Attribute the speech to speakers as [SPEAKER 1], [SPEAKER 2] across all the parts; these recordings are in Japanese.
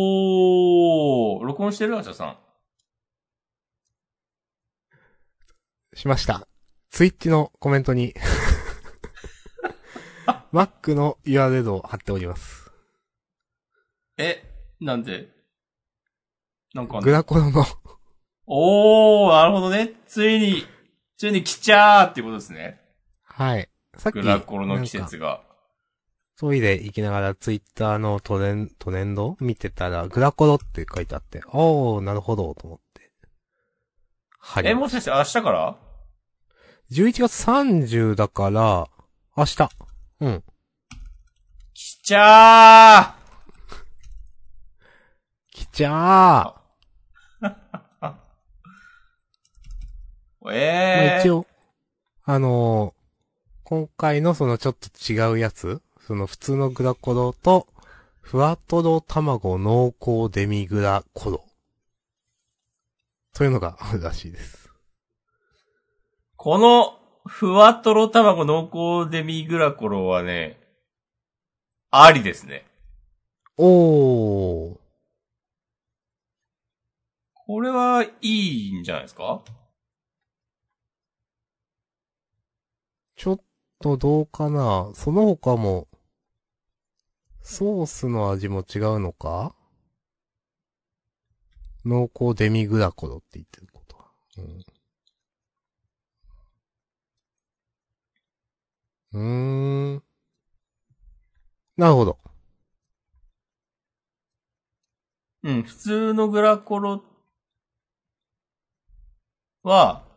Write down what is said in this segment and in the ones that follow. [SPEAKER 1] おー、録音してるあちゃさん。
[SPEAKER 2] しました。ツイッチのコメン トに、Mac の URL を貼っております。
[SPEAKER 1] え、なんでなんかあんの
[SPEAKER 2] グラコロの、
[SPEAKER 1] おー、なるほどね。ついに、ついに来ちゃーってことですね。
[SPEAKER 2] はい。さっき、
[SPEAKER 1] グラコロの季
[SPEAKER 2] なんか
[SPEAKER 1] 節が。
[SPEAKER 2] トイレ行きながらツイッターのトレン、トレンド見てたら、グラコロって書いてあって、おー、なるほど、と思って。はい。
[SPEAKER 1] え、もしかして明日から
[SPEAKER 2] 11月30だから、明日。うん。
[SPEAKER 1] 来ちゃー
[SPEAKER 2] きちゃー。まあ、
[SPEAKER 1] え
[SPEAKER 2] 一
[SPEAKER 1] ー。
[SPEAKER 2] 応、あのー今回のそのちょっと違うやつ、その普通のグラコロと、ふわとろ卵濃厚デミグラコロ。というのがあるらしいです。
[SPEAKER 1] この、ふわとろ卵濃厚デミグラコロはね、ありですね。
[SPEAKER 2] おー。
[SPEAKER 1] これはいいんじゃないですか
[SPEAKER 2] ちょっとどうかなその他も、ソースの味も違うのか濃厚デミグラコロって言ってることは。うん。うーん。なるほど。
[SPEAKER 1] うん、普通のグラコロは、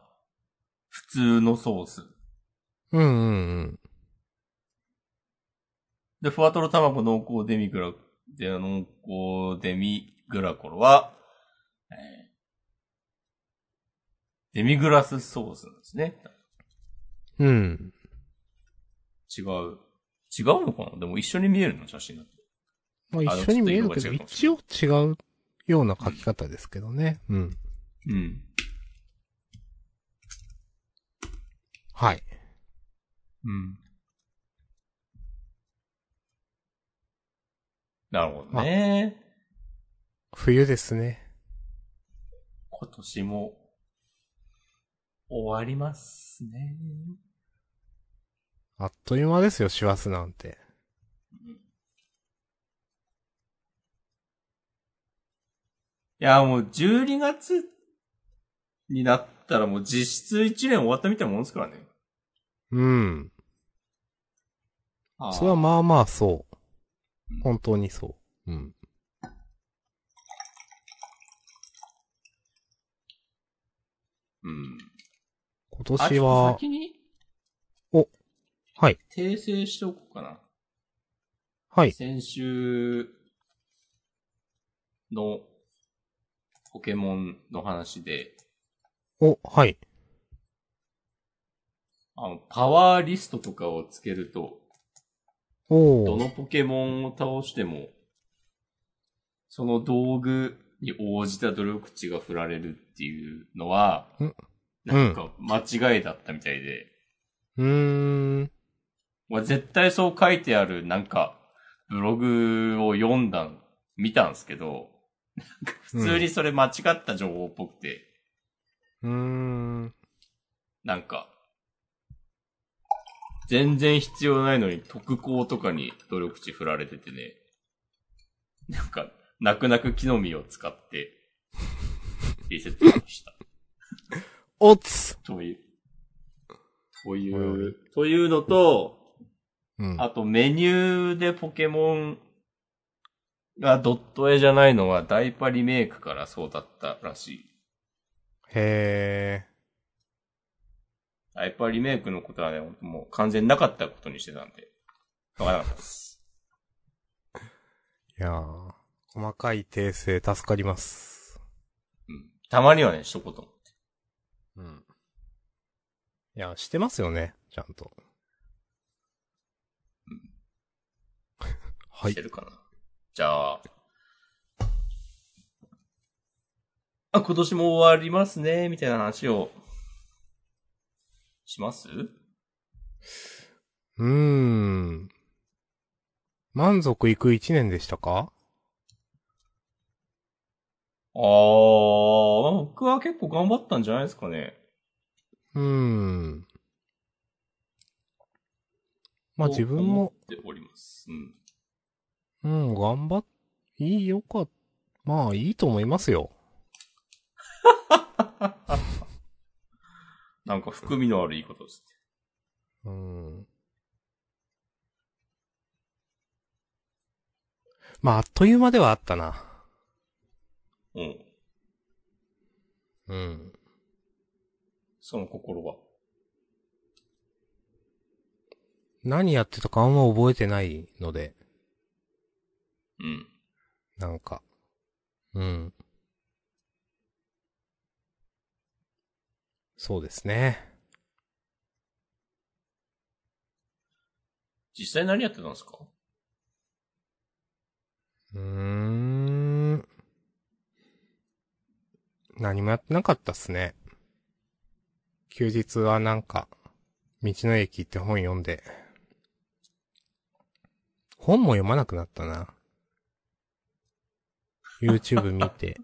[SPEAKER 1] 普通のソース。
[SPEAKER 2] うんうん
[SPEAKER 1] で、ふわとろ卵濃厚デミグラ、で、濃厚デミグラコロは、えーデミグラスソースなんですね。
[SPEAKER 2] うん。うん。
[SPEAKER 1] 違う。違うのかなでも一緒に見えるの写真だと
[SPEAKER 2] まあ
[SPEAKER 1] あ
[SPEAKER 2] 一緒に見えるけ
[SPEAKER 1] ち
[SPEAKER 2] ど、
[SPEAKER 1] ょっと
[SPEAKER 2] 一応違うような書き方ですけどね。うん。
[SPEAKER 1] うん。
[SPEAKER 2] はい。
[SPEAKER 1] うん。なるほどね。
[SPEAKER 2] 冬ですね。
[SPEAKER 1] 今年も、終わりますね。
[SPEAKER 2] あっという間ですよ、師走なんて。
[SPEAKER 1] いや、もう12月になったらもう実質1年終わったみたいなもんですからね。
[SPEAKER 2] うん。
[SPEAKER 1] あ
[SPEAKER 2] それはまあまあそう
[SPEAKER 1] うん。
[SPEAKER 2] 本当にそう。うん。
[SPEAKER 1] うん。
[SPEAKER 2] 今
[SPEAKER 1] あ
[SPEAKER 2] 年
[SPEAKER 1] ちょっと
[SPEAKER 2] は、
[SPEAKER 1] 先に
[SPEAKER 2] はい。
[SPEAKER 1] 訂正しておこうかな。
[SPEAKER 2] はい。
[SPEAKER 1] 先週のポケモンの話で、
[SPEAKER 2] お、はい。
[SPEAKER 1] あの、パワーリストとかをつけると、ど
[SPEAKER 2] おー。
[SPEAKER 1] のポケモンを倒しても、その道具に応じた努力値が振られるっていうのは
[SPEAKER 2] うん、
[SPEAKER 1] なんか間違いだったみたいで、
[SPEAKER 2] うーん。
[SPEAKER 1] まあ絶対そう書いてあるなんか、ブログを読んだん、見たんですけど、なんか普通にそれ間違った情報っぽくて、
[SPEAKER 2] うーん。
[SPEAKER 1] なんか、全然必要ないのに特攻とかに努力値振られててね。なんか、泣く泣く木の実を使って、リセットしました。
[SPEAKER 2] おつ
[SPEAKER 1] という。とい
[SPEAKER 2] おいお
[SPEAKER 1] う、というのと、
[SPEAKER 2] うん。
[SPEAKER 1] あとメニューでポケモンがドット絵じゃないのはダイパリメイクからそうだったらしい。
[SPEAKER 2] へ
[SPEAKER 1] ダイパリメイクのことはね、もう完全になかったことにしてたんで。わからなかったです。
[SPEAKER 2] ー。いやー。細かい訂正助かります。
[SPEAKER 1] うんたまにはね、しとこうと思って。
[SPEAKER 2] うん。いや、してますよね。ちゃんと。は
[SPEAKER 1] し
[SPEAKER 2] い
[SPEAKER 1] て。るかな。じゃあ。あ、今年も終わりますね、みたいな話を、します
[SPEAKER 2] うーん。満足いく一年でしたか
[SPEAKER 1] あー、僕は結構頑張ったんじゃないですかね。
[SPEAKER 2] うーん。まあ
[SPEAKER 1] と
[SPEAKER 2] 自分も、。
[SPEAKER 1] 思っております。うん。
[SPEAKER 2] うん、頑張っ、いいよかっ、まあいいと思いますよ。
[SPEAKER 1] なんか含みのあるいいことですね。
[SPEAKER 2] うん。まああっという間ではあったな。
[SPEAKER 1] うん。
[SPEAKER 2] うん。
[SPEAKER 1] その心は。
[SPEAKER 2] 何やってたかあんま覚えてないので、
[SPEAKER 1] うん。
[SPEAKER 2] なんか。うん。そうですね。
[SPEAKER 1] 実際何やってたんですか
[SPEAKER 2] うーん。何もやってなかったっすね。休日はなんか、道の駅行って本読んで。本も読まなくなったな。YouTube 見て。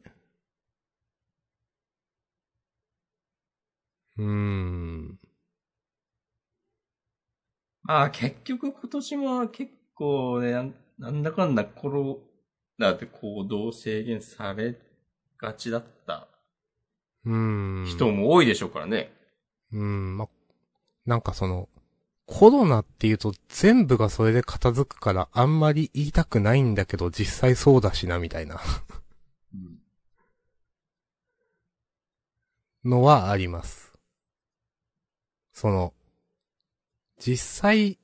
[SPEAKER 2] うーん。
[SPEAKER 1] まあ結局今年も結構ね、なんなんだかんだコロナで行動制限されがちだった
[SPEAKER 2] うーん。
[SPEAKER 1] 人も多いでしょうからね。
[SPEAKER 2] うん、ま、なんかその、コロナっていうと全部がそれで片付くからあんまり言いたくないんだけど実際そうだしなみたいな
[SPEAKER 1] うん。
[SPEAKER 2] のはあります。その、実際、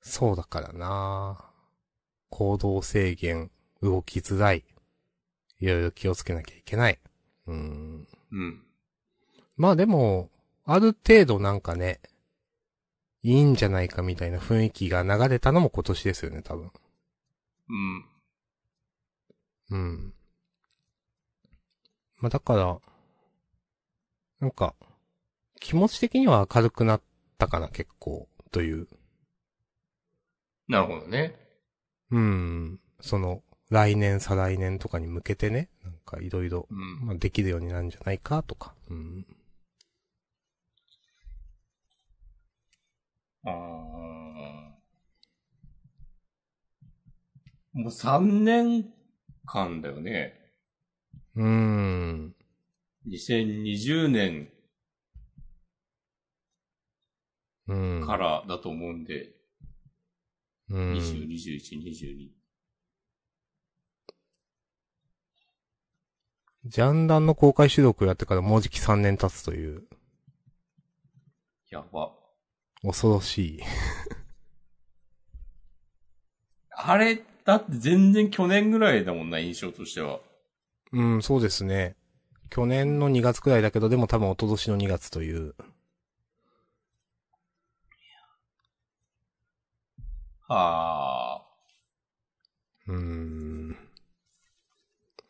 [SPEAKER 2] そうだからな行動制限、動きづらい。いろいろ気をつけなきゃいけない。うん。
[SPEAKER 1] うん。
[SPEAKER 2] まあでも、ある程度なんかね、いいんじゃないかみたいな雰囲気が流れたのも今年ですよね、多分。
[SPEAKER 1] うん。
[SPEAKER 2] うん。まあだから、なんか、気持ち的には明るくなったかな、結構、という。
[SPEAKER 1] なるほどね。
[SPEAKER 2] うん。その、来年、再来年とかに向けてね、なんかいろいろ、
[SPEAKER 1] うん。
[SPEAKER 2] まあできるようになるんじゃないか、とか。うん。
[SPEAKER 1] あーもう3年間だよね。
[SPEAKER 2] うん。
[SPEAKER 1] 2020年
[SPEAKER 2] うん。
[SPEAKER 1] からだと思うんで、
[SPEAKER 2] うん。
[SPEAKER 1] 20、21、22。
[SPEAKER 2] ジャンダンの公開収録をやってからもうじき3年経つという、
[SPEAKER 1] やば。
[SPEAKER 2] 恐ろしい。
[SPEAKER 1] あれ、だって全然去年ぐらいだもんな、印象としては。
[SPEAKER 2] うん、そうですね。去年の2月くらいだけど、でも多分一昨年の2月という。
[SPEAKER 1] はあ。
[SPEAKER 2] うーん。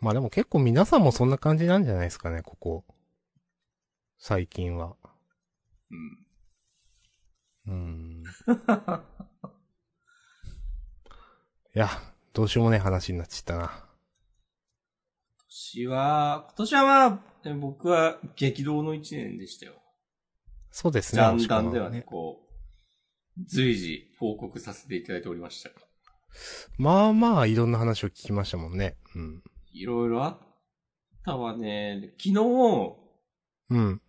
[SPEAKER 2] まあでも結構皆さんもそんな感じなんじゃないですかね、ここ。最近は。
[SPEAKER 1] うん。
[SPEAKER 2] うん。 いや、どうしようもねえ話になっちゃったな。
[SPEAKER 1] 今年は、今年はまあ、ね僕は激動の一年でしたよ。
[SPEAKER 2] そうです
[SPEAKER 1] ジ
[SPEAKER 2] ね。
[SPEAKER 1] ャンダンでは
[SPEAKER 2] もしく
[SPEAKER 1] ね、。こう、随時報告させていただいておりました。
[SPEAKER 2] まあまあ、いろんな話を聞きましたもんね。うん。
[SPEAKER 1] いろいろあったわね。昨日、
[SPEAKER 2] うん。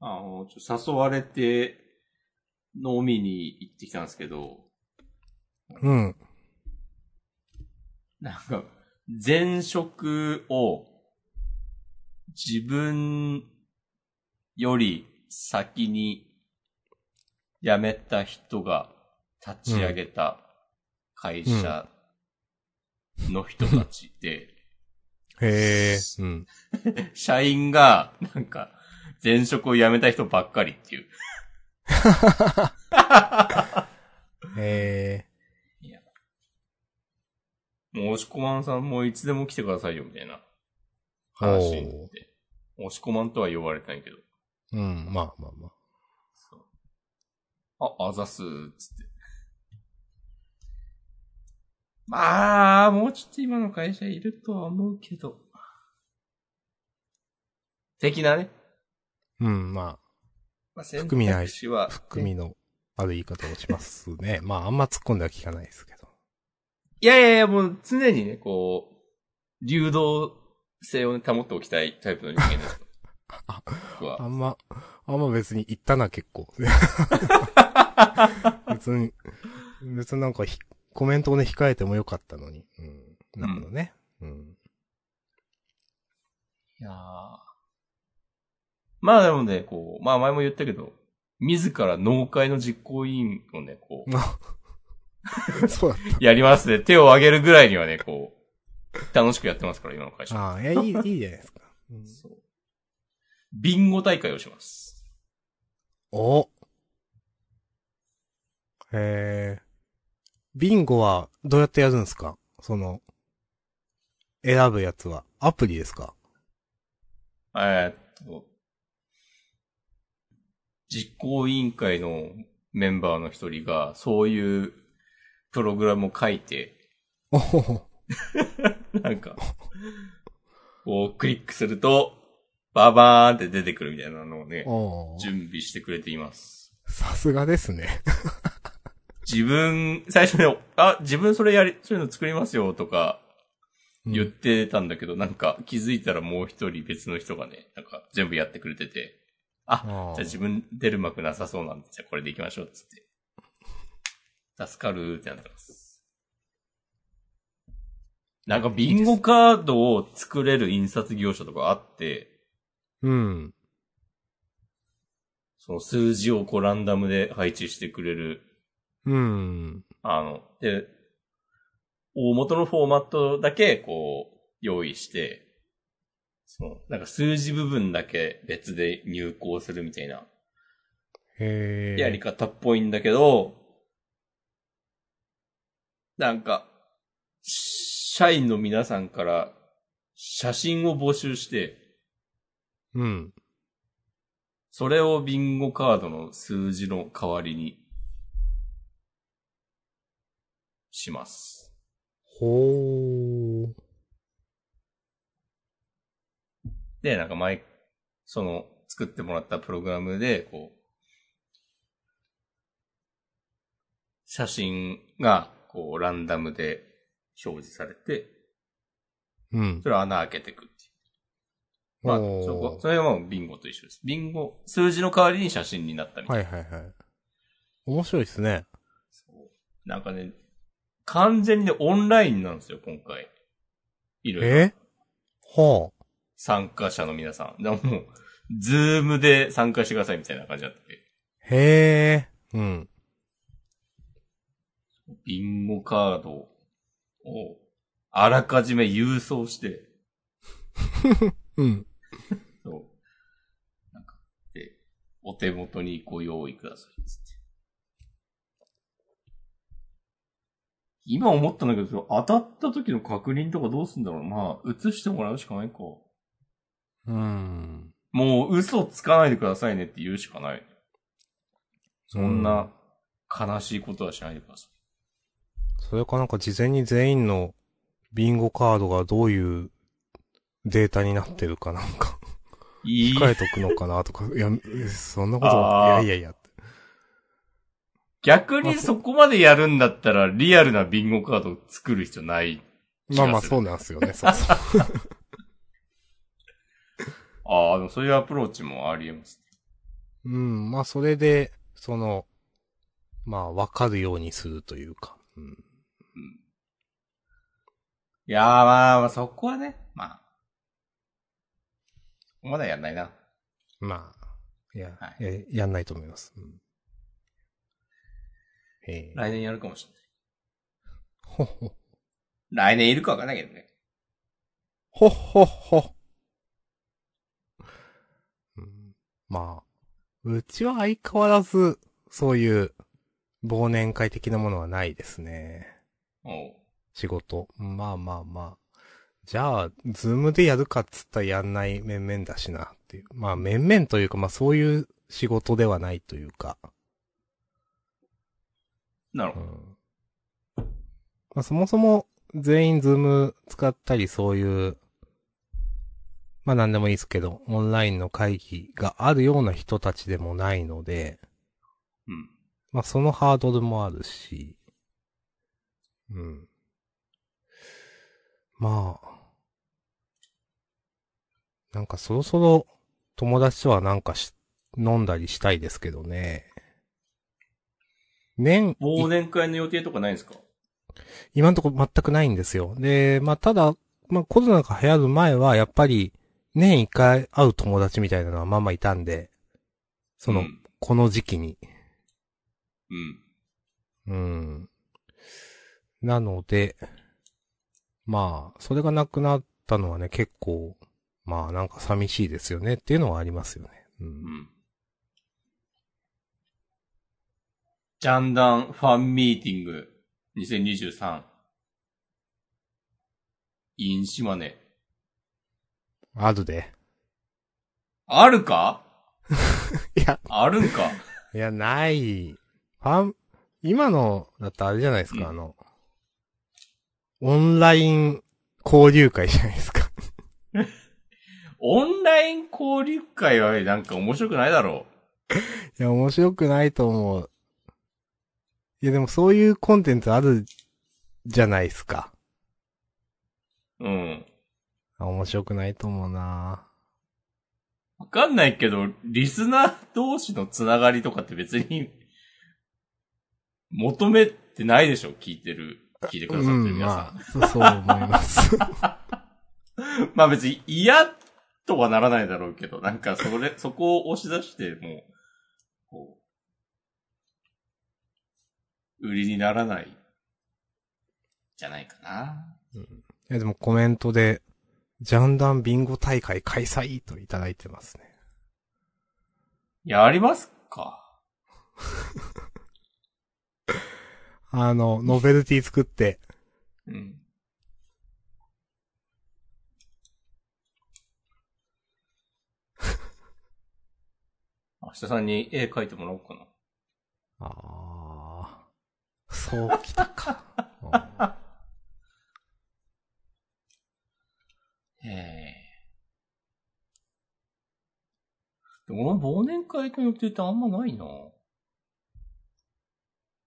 [SPEAKER 1] あの、ちょっと誘われて、飲みに行ってきたんですけど、
[SPEAKER 2] うん。
[SPEAKER 1] なんか、前職を、自分より先に辞めた人が立ち上げた会社の人たちで、
[SPEAKER 2] へえ。うん。
[SPEAKER 1] 社員が、なんか、前職を辞めた人ばっかりっていう。
[SPEAKER 2] へえ。
[SPEAKER 1] もう、押しこまんさんもいつでも来てくださいよ、みたいな話になって。押しこまんとは呼ばれてないけど。
[SPEAKER 2] うん、まあまあまあ。
[SPEAKER 1] あ、あざっす、つって。まあ、もうちょっと今の会社いるとは思うけど。的なね。
[SPEAKER 2] うん、ま
[SPEAKER 1] まあ、選
[SPEAKER 2] 含みない
[SPEAKER 1] 択肢は、
[SPEAKER 2] あ、含み
[SPEAKER 1] ね
[SPEAKER 2] のある言い方をしますね。まあ、あんま突っ込んでは聞かないですけど。
[SPEAKER 1] いやいやいや、もう常にね、こう、流動性をね、保っておきたいタイプの人間です。僕
[SPEAKER 2] あ
[SPEAKER 1] は。
[SPEAKER 2] んま、あんま別に言ったな、結 構。別に、別になんかひコメントをね、控えてもよかったのに。うん。なるほどね。うん。
[SPEAKER 1] いやーまあでもね、こう、まあ前も言ったけど、自ら農会の実行委員をね、こう、
[SPEAKER 2] そうだっ
[SPEAKER 1] やりますね。手を挙げるぐらいにはね、こう、楽しくやってますから、今の会
[SPEAKER 2] た。
[SPEAKER 1] 社。
[SPEAKER 2] ああ、いや、いい、いいじゃないですか。うん、
[SPEAKER 1] そう。ビンゴ大会をします。
[SPEAKER 2] おえー。ビンゴはどうやってやるんですかその、選ぶやつは。アプリですか
[SPEAKER 1] えーっと、実行委員会のメンバーの一人が、そういうプログラムを書いて、
[SPEAKER 2] おほほ。
[SPEAKER 1] なんか、こうクリックすると、ババーンって出てくるみたいなのをね、
[SPEAKER 2] おー
[SPEAKER 1] 準備してくれています。
[SPEAKER 2] さすがですね。
[SPEAKER 1] 自分、最初に、あ、自分それやり、そういうの作りますよとか
[SPEAKER 2] うん
[SPEAKER 1] 言ってたんだけど、なんか気づいたらもう一人別の人がね、なんか全部やってくれてて、あ、
[SPEAKER 2] あ
[SPEAKER 1] じゃあ
[SPEAKER 2] ー
[SPEAKER 1] 自分出る幕なさそうなんで、じゃあこれで行きましょうっつって。助かるってなってます。なんかビンゴカードを作れる印刷業者とかあって、
[SPEAKER 2] うん。
[SPEAKER 1] その数字をこうランダムで配置してくれる、
[SPEAKER 2] うん。
[SPEAKER 1] あの、で、大元のフォーマットだけこう用意して、その、なんか数字部分だけ別で入稿するみたいな
[SPEAKER 2] へえ。
[SPEAKER 1] やり方っぽいんだけど、なんか、社員の皆さんから写真を募集して、
[SPEAKER 2] うん。
[SPEAKER 1] それをビンゴカードの数字の代わりにします。
[SPEAKER 2] ほー。
[SPEAKER 1] で、なんか毎、その作ってもらったプログラムで、こう、写真がこうランダムで表示されて、
[SPEAKER 2] うん。
[SPEAKER 1] それを穴開けていくっていう。まあ、そ
[SPEAKER 2] おー
[SPEAKER 1] こ、それはもうビンゴと一緒です。ビンゴ、数字の代わりに写真になったみたい
[SPEAKER 2] は
[SPEAKER 1] な。
[SPEAKER 2] いはいはい。面白いですね。
[SPEAKER 1] そうなんかね、完全にねオンラインなんですよ、今回。いろいろ。
[SPEAKER 2] えはあ。
[SPEAKER 1] 参加者の皆さん。だからもう、ズームで参加してくださいみたいな感じになってて。
[SPEAKER 2] へえ。うん。
[SPEAKER 1] ビンゴカードを、あらかじめ郵送して、
[SPEAKER 2] うん。
[SPEAKER 1] そう。なんか、で、お手元にご用意くださいっつって。今思ったんだけど、その当たった時の確認とかどうすんだろうまあ、映してもらうしかないか。
[SPEAKER 2] うん。
[SPEAKER 1] もう嘘つかないでくださいねって言うしかない。そん
[SPEAKER 2] う
[SPEAKER 1] な悲しいことはしないでくださ
[SPEAKER 2] それかなんか事前に全員のビンゴカードがどういうデータになってるかなんか、
[SPEAKER 1] い。いい
[SPEAKER 2] 控えとくのかなとか、いや、そんなこと
[SPEAKER 1] あ
[SPEAKER 2] は、
[SPEAKER 1] ー
[SPEAKER 2] いやいやいやって。
[SPEAKER 1] 逆にそこまでやるんだったら、リアルなビンゴカードを作る必要ない。
[SPEAKER 2] まあま
[SPEAKER 1] 気が
[SPEAKER 2] あ
[SPEAKER 1] する
[SPEAKER 2] そうなんですよね、そうそう。
[SPEAKER 1] ああ、でもそういうアプローチもあり得ます。
[SPEAKER 2] うん、まあそれで、その、まあわかるようにするというか。うん。
[SPEAKER 1] いやーまあ、まあ、そこはね、まあ。まだやんないな。
[SPEAKER 2] まあ、いや、
[SPEAKER 1] はい
[SPEAKER 2] ややんないと思います。うん、ええ
[SPEAKER 1] 来年やるかもしれ
[SPEAKER 2] ほっほっ
[SPEAKER 1] ない。来年いるかわかんないけどね。
[SPEAKER 2] ほっほっほ。うんまあ、うちは相変わらず、そういう、忘年会的なものはないですね。
[SPEAKER 1] おう
[SPEAKER 2] 仕事。まあまあまあ。じゃあ、ズームでやるかっつったらやんない面々だしなっていう。まあ面々というか、まあそういう仕事ではないというか。
[SPEAKER 1] なる
[SPEAKER 2] う
[SPEAKER 1] ほど。
[SPEAKER 2] ん。まあ、そもそも全員ズーム使ったりそういう、まあ何でもいいですけど、オンラインの会議があるような人たちでもないので、
[SPEAKER 1] うん。
[SPEAKER 2] まあそのハードルもあるし、うん。まあ、なんかそろそろ友達とはなんかし、飲んだりしたいですけどね。年
[SPEAKER 1] 忘年会の予定とかないんですか
[SPEAKER 2] 今のところ全くないんですよ。で、まあ、ただ、まあ、コロナが流行る前は、やっぱり、年一回会う友達みたいなのはまあまあいたんで、その、
[SPEAKER 1] うん。
[SPEAKER 2] この時期に。
[SPEAKER 1] うん。
[SPEAKER 2] うん。なので、まあ、それがなくなったのはね、結構、まあ、なんか寂しいですよねっていうのはありますよね。う。
[SPEAKER 1] うんん。ジャンダンファンミーティング2023 in 島根。
[SPEAKER 2] あるで。
[SPEAKER 1] あるか
[SPEAKER 2] いや、
[SPEAKER 1] あるんか
[SPEAKER 2] いや、ない。ファン、今の、だってあれじゃないですか、
[SPEAKER 1] うん
[SPEAKER 2] あの、オンライン交流会じゃないですか。
[SPEAKER 1] オンライン交流会はなんか面白くないだろ
[SPEAKER 2] いや、面白くないと思う。いや、でもそういうコンテンツあるじゃないですか。
[SPEAKER 1] う。うん。
[SPEAKER 2] あ面白くないと思うな
[SPEAKER 1] わかんないけど、リスナー同士のつながりとかって別に、求めてないでしょ聞いてる、聞いてくださってる皆さん。
[SPEAKER 2] まあ、そうそう思います。
[SPEAKER 1] まあ別に嫌とはならないだろうけど、なんかそ れ、そこを押し出しても、こう、売りにならない、じゃないかな。
[SPEAKER 2] いや、でもコメントで、ジャンダンビンゴ大会開催といただいてますね。
[SPEAKER 1] やりますか
[SPEAKER 2] あの、ノベルティ作って、
[SPEAKER 1] うん。 明日さんに絵描いてもらおうかな。
[SPEAKER 2] ああ、そうきたか。 うん
[SPEAKER 1] ええ。でも俺忘年会の予定ってあんまないな。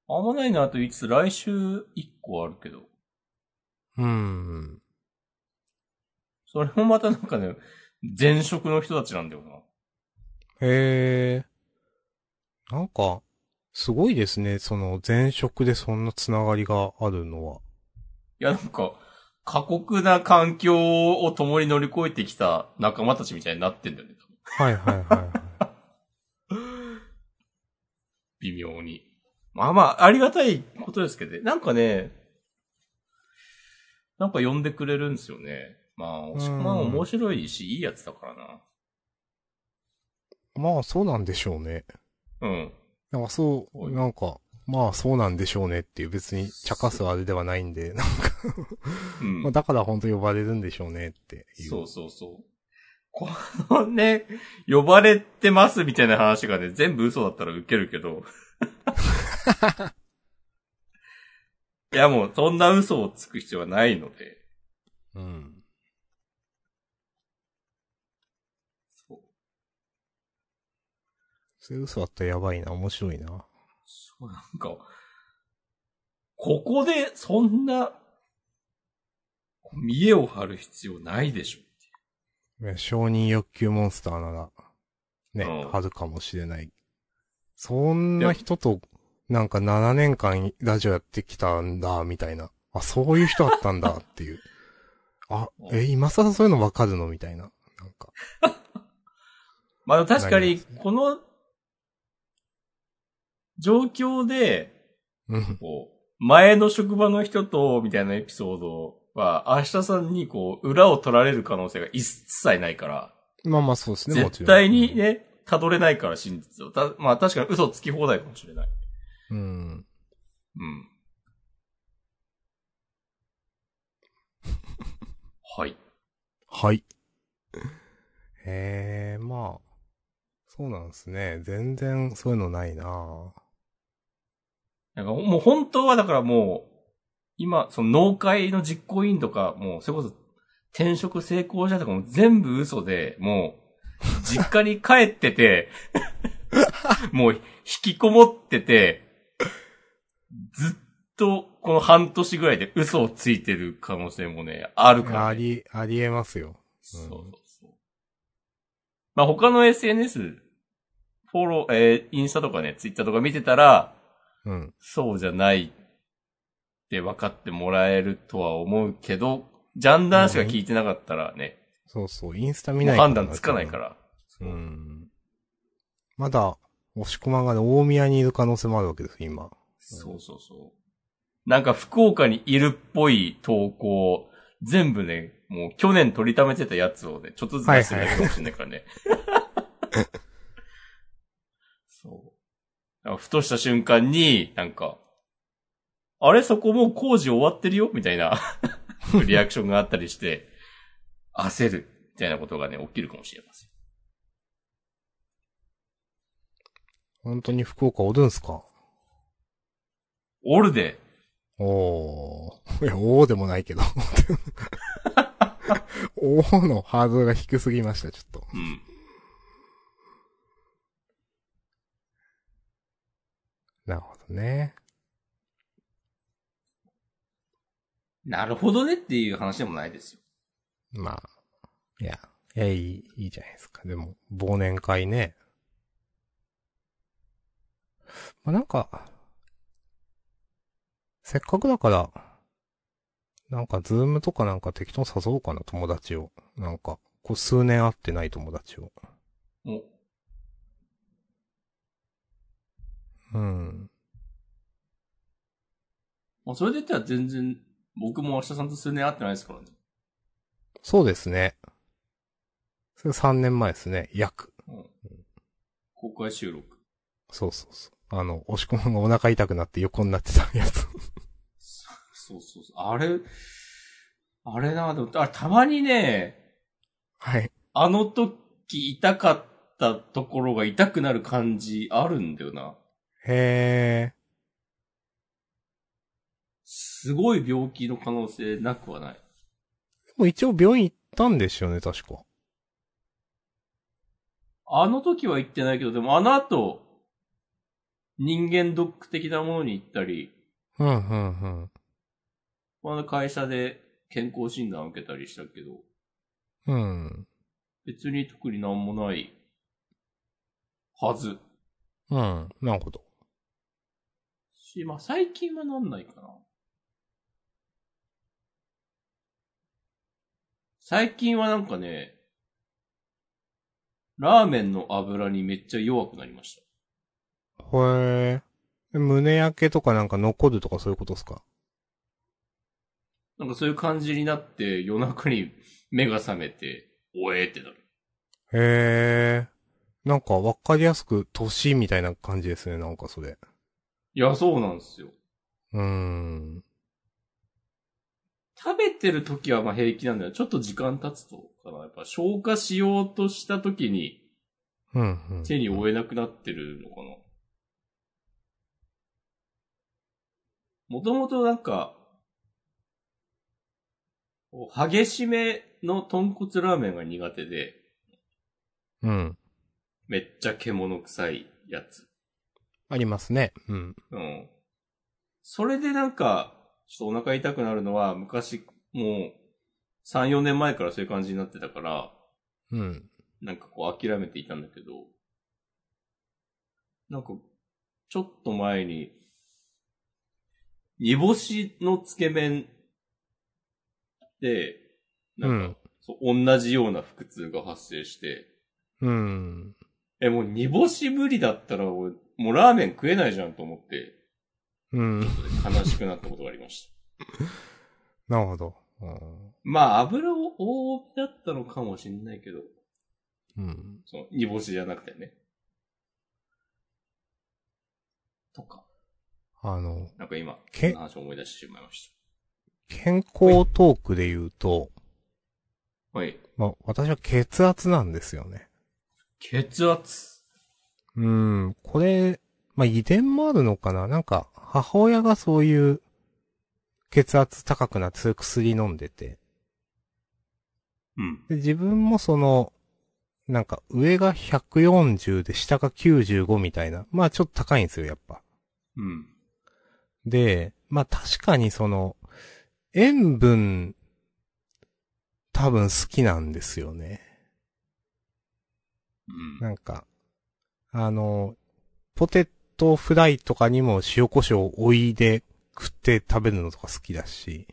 [SPEAKER 1] あんまないなと言いつつ来週一個あるけど。
[SPEAKER 2] うん。
[SPEAKER 1] それもまたなんかね、前職の人たちなんだよ
[SPEAKER 2] へえ。なんか、すごいですね。その前職でそんなつながりがあるの
[SPEAKER 1] な。
[SPEAKER 2] は。
[SPEAKER 1] いやなんか、過酷な環境を共に乗り越えてきた仲間たちみたいになってんだよね。
[SPEAKER 2] はいはいはいはい。
[SPEAKER 1] 微妙に。まあまあ、ありがたいことですけどね。なんかね、なんか呼んでくれるんですよね。まあ、おし
[SPEAKER 2] うん
[SPEAKER 1] まあ面白いし、いいやつだからな。
[SPEAKER 2] まあそうなんでしょうね。
[SPEAKER 1] うん。
[SPEAKER 2] なんかそ
[SPEAKER 1] は
[SPEAKER 2] う、
[SPEAKER 1] い
[SPEAKER 2] なんか、まあそうなんでしょうねっていう別に茶化すあれではないんで、なんか、
[SPEAKER 1] うん
[SPEAKER 2] まあ。だから本当呼ばれるんでしょうねっていう。
[SPEAKER 1] そうそうそう。このね、呼ばれてますみたいな話がね、全部嘘だったらウケるけ ど。いやもう、そんな嘘をつく必要はないので。
[SPEAKER 2] うん。
[SPEAKER 1] そう
[SPEAKER 2] それ嘘あったらやばいな、面白いな。
[SPEAKER 1] そう、なんか、ここでそんな、見栄を張る必要ないでしょ。
[SPEAKER 2] いや承認欲求モンスターなら、ね
[SPEAKER 1] う、ん
[SPEAKER 2] あるかもしれない。そんな人と、なんか7年間ラジオやってきたんだ、みたいな。あ、そういう人だった んだ、っていう。あ、え、今更そういうのわかるのみたいな。なんか。
[SPEAKER 1] まあ確か
[SPEAKER 2] な
[SPEAKER 1] に
[SPEAKER 2] ります、
[SPEAKER 1] この、状況で、
[SPEAKER 2] うん。
[SPEAKER 1] こう、前の職場の人と、みたいなエピソードは、明日さんにこう、裏を取られる可能性が一切ないから、
[SPEAKER 2] まあまあそうですね、もちろ
[SPEAKER 1] 絶
[SPEAKER 2] ん。
[SPEAKER 1] 対にね、辿れないから真実を。たまあ確かに嘘つき放題かもしれない。
[SPEAKER 2] うん。
[SPEAKER 1] うん。はい。
[SPEAKER 2] はい。へえ、まあ。そうなんですね。全然そういうのないな
[SPEAKER 1] なんかもう本当はだからも今、その農会の実行委員とか、もう、それこそ、転職成功者とかも全部嘘で、もう、実家に帰ってて、もう、引きこもってて、ずっと、この半年ぐらいで嘘をついてる可能性もね、あるから、ね。
[SPEAKER 2] あり、ありえますよ。
[SPEAKER 1] そうそうそう。まあ、他の SNS、フォロー、えーインスタとかね、ツイッターとか見てたら、
[SPEAKER 2] うん。
[SPEAKER 1] そうじゃないって分かってもらえるとは思うけど、ジャンダーしか聞いてなかったらね、
[SPEAKER 2] そうそう、インスタ見ない
[SPEAKER 1] 判断つかないから。
[SPEAKER 2] ら。うん。まだ、押し込まんがね、大宮にいる可能性もあるわけです、今。
[SPEAKER 1] そうそうそう。なんか福岡にいるっぽい投稿、全部ね、もう去年取りためてたやつをね、ちょっとずつ出してるだけかもしれないから ね。そう。なんかふとした瞬間に、なんか、あれそこもう工事終わってるよみたい なリアクションがあったりして、焦る。みたいなことがね、起きるかもしれません。
[SPEAKER 2] 本当に福岡おるんすか
[SPEAKER 1] オルで、
[SPEAKER 2] おー。いや、おーでもないけど。 おーのハードルが低すぎました、ちょっと。
[SPEAKER 1] うん。
[SPEAKER 2] なるほどね。
[SPEAKER 1] なるほどねっていう話でもないですよ。
[SPEAKER 2] まあ。いや、いや、いい、いいじゃないですか。でも、忘年会ね。まあなんか、せっかくだから、なんかズームとかなんか適当に誘おうかな、友達を。なんか、こう数年会ってない友達を。
[SPEAKER 1] もう、
[SPEAKER 2] うん。
[SPEAKER 1] まあ、それで言ったら全然、僕も明日さんと数年会ってないですからね。
[SPEAKER 2] そうですね。それ3年前ですね、約。
[SPEAKER 1] 公開収録。
[SPEAKER 2] そうそうそう。あの、押し込むがお腹痛くなって横になってたやつ。
[SPEAKER 1] そうそうそう。あれ、あれな、でも、あれたまにね、
[SPEAKER 2] はい。
[SPEAKER 1] あの時痛かったところが痛くなる感じあるんだよな。
[SPEAKER 2] へ
[SPEAKER 1] すごい病気の可能性なくはない。
[SPEAKER 2] ー。でも一応病院行ったんですよね、確か。
[SPEAKER 1] あの時は行ってないけど、でもあの後、人間ドック的なものに行ったり、
[SPEAKER 2] うん、うん、
[SPEAKER 1] この会社で健康診断を受けたりしたけど、
[SPEAKER 2] うん。うん。
[SPEAKER 1] 別に特になんもないはず。
[SPEAKER 2] うん。なるほど。
[SPEAKER 1] し、まあ、最近はなんないかな。最近はなんかね、ラーメンの油にめっちゃ弱くなりました。
[SPEAKER 2] へー。胸焼けとかなんか残るとかそういうことですか
[SPEAKER 1] なんかそういう感じになって夜中に目が覚めて、おえーってなる。
[SPEAKER 2] へー。なんかわかりやすく、年みたいな感じですね、なんかそれ。
[SPEAKER 1] いや、そうなんですよ。
[SPEAKER 2] うーん。
[SPEAKER 1] 食べてる時はまあ平気なんだよ。ちょっと時間経つとかな。やっぱ消化しようとした時に
[SPEAKER 2] うん、うん。
[SPEAKER 1] 手に負えなくなってるのかな。もともとなんか、こう激しめの豚骨ラーメンが苦手で、
[SPEAKER 2] うん。
[SPEAKER 1] めっちゃ獣臭いやつ。
[SPEAKER 2] ありますね。うん。
[SPEAKER 1] うん。それでなんか、ちょっとお腹痛くなるのは昔、もう、3、4年前からそういう感じになってたから、
[SPEAKER 2] うん。
[SPEAKER 1] なんかこう諦めていたんだけど、なんか、ちょっと前に、煮干しのつけ麺で、なんか、そう同じような腹痛が発生して、
[SPEAKER 2] うん。
[SPEAKER 1] え、もう煮干し無理だったら俺、もうラーメン食えないじゃんと思って、
[SPEAKER 2] うん。
[SPEAKER 1] 悲しくなったことがありました。
[SPEAKER 2] なるほど。うん
[SPEAKER 1] まあ、油を多めだったのかもしんないけど、
[SPEAKER 2] うん。
[SPEAKER 1] その、煮干しじゃなくてね。とか。
[SPEAKER 2] あの、
[SPEAKER 1] なんか今、
[SPEAKER 2] け
[SPEAKER 1] その話を思い出してしまいまし
[SPEAKER 2] 健康トークで言うと、
[SPEAKER 1] た。はい。
[SPEAKER 2] まあ、私は血圧なんですよね。
[SPEAKER 1] 血圧。
[SPEAKER 2] うん、これ、まあ、遺伝もあるのかななんか、母親がそういう、血圧高くなって、そういう薬飲んでて。
[SPEAKER 1] うん。
[SPEAKER 2] で、自分もその、なんか上が140で下が95みたいな。まあちょっと高いんですよ、やっぱ。
[SPEAKER 1] うん。
[SPEAKER 2] で、まあ確かにその、塩分、多分好きなんですよね。
[SPEAKER 1] うん。
[SPEAKER 2] なんか、あの、ポテトフライとかにも塩胡椒をおいで食って食べるのとか好きだし。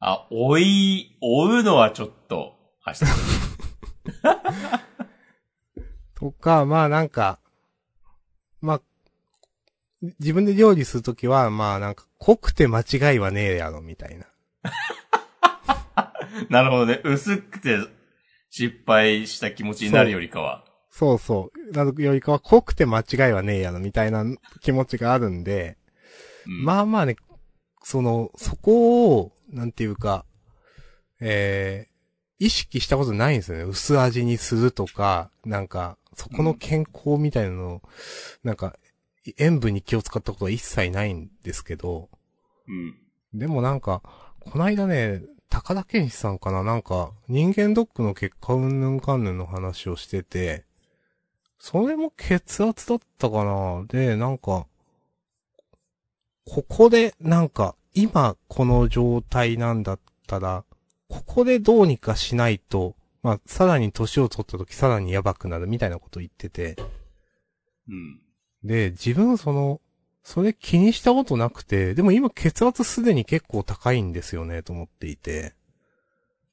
[SPEAKER 1] あ、追い、追うのはちょっと、明日。
[SPEAKER 2] とか、まあなんか、まあ、自分で料理するときは、まあなんか、濃くて間違いはねえやろ、みたいな。
[SPEAKER 1] なるほどね。薄くて失敗した気持ちになるよりかは。
[SPEAKER 2] そうそう。などよりかは、濃くて間違いはねえやろ、みたいな気持ちがあるんで、
[SPEAKER 1] うん、
[SPEAKER 2] まあまあね、その、そこを、なんていうか、えー、意識したことないんですよね。薄味にするとか、なんか、そこの健康みたいなのを、なんか、塩分に気を使ったことは一切ないんですけど、
[SPEAKER 1] うん。
[SPEAKER 2] でもなんか、こないだね、高田健志さんかななんか、人間ドックの結果うんぬんかんぬんの話をしてて、それも血圧だったかなで、なんか、ここで、なんか、今この状態なんだったら、ここでどうにかしないと、まあ、さらに年を取った時さらにやばくなるみたいなこと言ってて、
[SPEAKER 1] うん。
[SPEAKER 2] で、自分その、それ気にしたことなくて、でも今血圧すでに結構高いんですよね、と思っていて、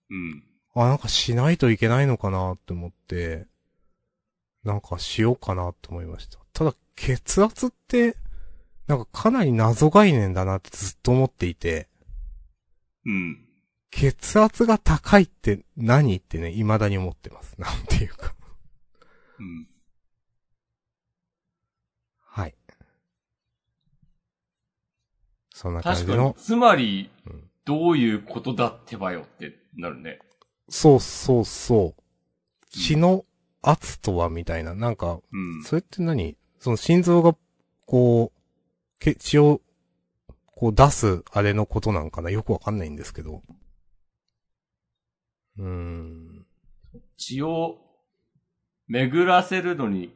[SPEAKER 1] うん。
[SPEAKER 2] あ、なんかしないといけないのかなって思って、なんかしようかなと思いました。ただ、血圧って、なんかかなり謎概念だなってずっと思っていて、
[SPEAKER 1] うん。
[SPEAKER 2] 血圧が高いって何ってね、未だに思ってます。なんていうか。
[SPEAKER 1] うん。
[SPEAKER 2] はい。そんな感
[SPEAKER 1] 確
[SPEAKER 2] じ
[SPEAKER 1] か
[SPEAKER 2] の
[SPEAKER 1] に、。つまり
[SPEAKER 2] うん、
[SPEAKER 1] どういうことだってばよってなるね。
[SPEAKER 2] そうそうそう。血の圧とはみたいな。なんか、
[SPEAKER 1] うん。
[SPEAKER 2] それって何その心臓が、こう、け血を、こう出すあれのことなんかなよくわかんないんですけど。うーん。
[SPEAKER 1] 血を巡らせるのに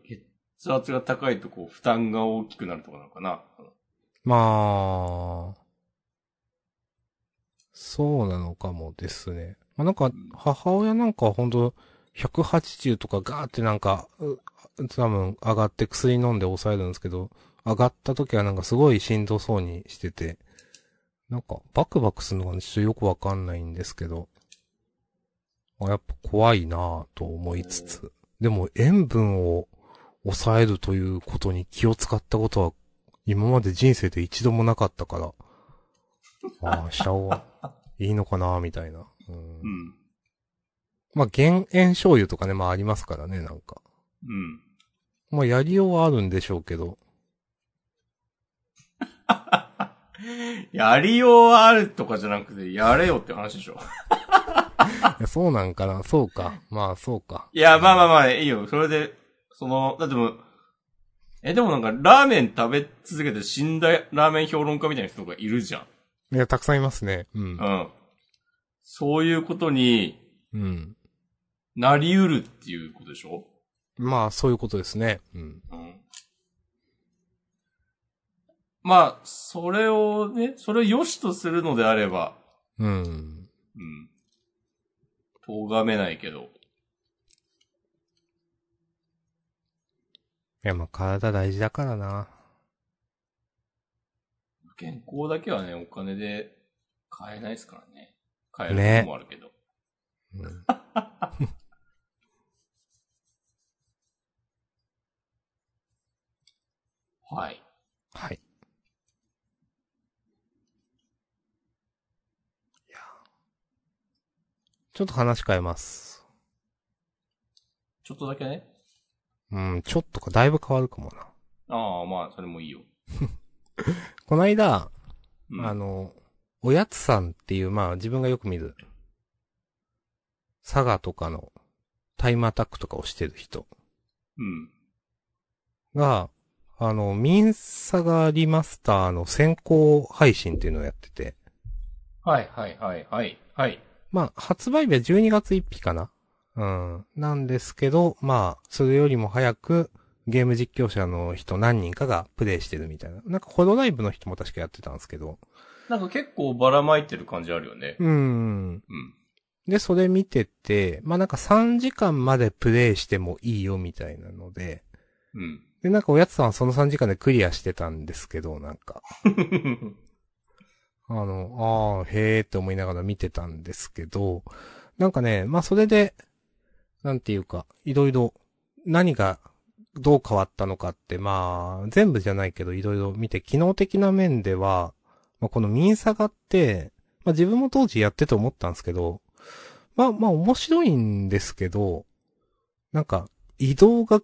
[SPEAKER 1] 血圧が高いとこう負担が大きくなるとかなのかな。
[SPEAKER 2] まあ、そうなのかもですね。まあなんか、母親なんかはほんと、180とかガーってなんか、う多分上がって薬飲んで抑えるんですけど、上がった時はなんかすごいしんどそうにしてて、なんかバクバクするのがちょっとよくわかんないんですけど、あやっぱ怖いなぁと思いつつ、でも塩分を抑えるということに気を使ったことは今まで人生で一度もなかった から、ああ、しちゃおう。いいのかなみたいな。うん
[SPEAKER 1] うん。
[SPEAKER 2] まあ、減塩醤油とかね、まあありますからね、なんか。
[SPEAKER 1] うん。
[SPEAKER 2] まあ、やりようはあるんでしょうけど。
[SPEAKER 1] やりようはあるとかじゃなくて、やれよって話でしょ。
[SPEAKER 2] いや、そうなんかな、そうか。まあ、そうか。
[SPEAKER 1] いや、まあまあまあ、いいよ。それで、その、だってもう、え、でもなんか、ラーメン食べ続けて死んだラーメン評論家みたいな人がいるじゃん。
[SPEAKER 2] いや、たくさんいますね。うん
[SPEAKER 1] う。ん。そういうことに
[SPEAKER 2] うん。
[SPEAKER 1] なりうるっていうことでしょ
[SPEAKER 2] まあ、そういうことですね。うん。
[SPEAKER 1] うん。まあ、それをね、それを良しとするのであれば、
[SPEAKER 2] うん。
[SPEAKER 1] うん。とがめないけど。
[SPEAKER 2] いや、まあ、体大事だからな。
[SPEAKER 1] 健康だけはね、お金で買えないですからね。買え
[SPEAKER 2] ね
[SPEAKER 1] ることもあるけど。
[SPEAKER 2] うん。
[SPEAKER 1] はい。
[SPEAKER 2] はい。いやちょっと話変えます。
[SPEAKER 1] ちょっとだけね。
[SPEAKER 2] うん、ちょっとか、だいぶ変わるかもな。
[SPEAKER 1] ああ、まあ、それもいいよ。
[SPEAKER 2] こないだ、
[SPEAKER 1] うん、
[SPEAKER 2] あの、おやつさんっていう、まあ自分がよく見る、サガとかのタイムアタックとかをしてる人
[SPEAKER 1] うん。
[SPEAKER 2] が、あの、ミンサガリマスターの先行配信っていうのをやってて、
[SPEAKER 1] はいはいはいはい。はい。
[SPEAKER 2] まあ、発売日は12月1日かなうん。なんですけど、まあ、それよりも早く、ゲーム実況者の人何人かがプレイしてるみたいな。なんか、ホロライブの人も確かやってたんですけど。
[SPEAKER 1] なんか結構ばらまいてる感じあるよね。
[SPEAKER 2] うん。
[SPEAKER 1] うん。
[SPEAKER 2] で、それ見てて、まあなんか3時間までプレイしてもいいよみたいなので、
[SPEAKER 1] うん。
[SPEAKER 2] で、なんかおやつさんはその3時間でクリアしてたんですけど、なんか、あの、ああ、へえって思いながら見てたんですけど、なんかね、まあそれで、なんていうか、いろいろ、何がどう変わったのかって、まあ、全部じゃないけど、いろいろ見て、機能的な面では、まあこのミンサガって、まあ自分も当時やってて思ったんですけど、まあまあ面白いんですけど、なんか、移動が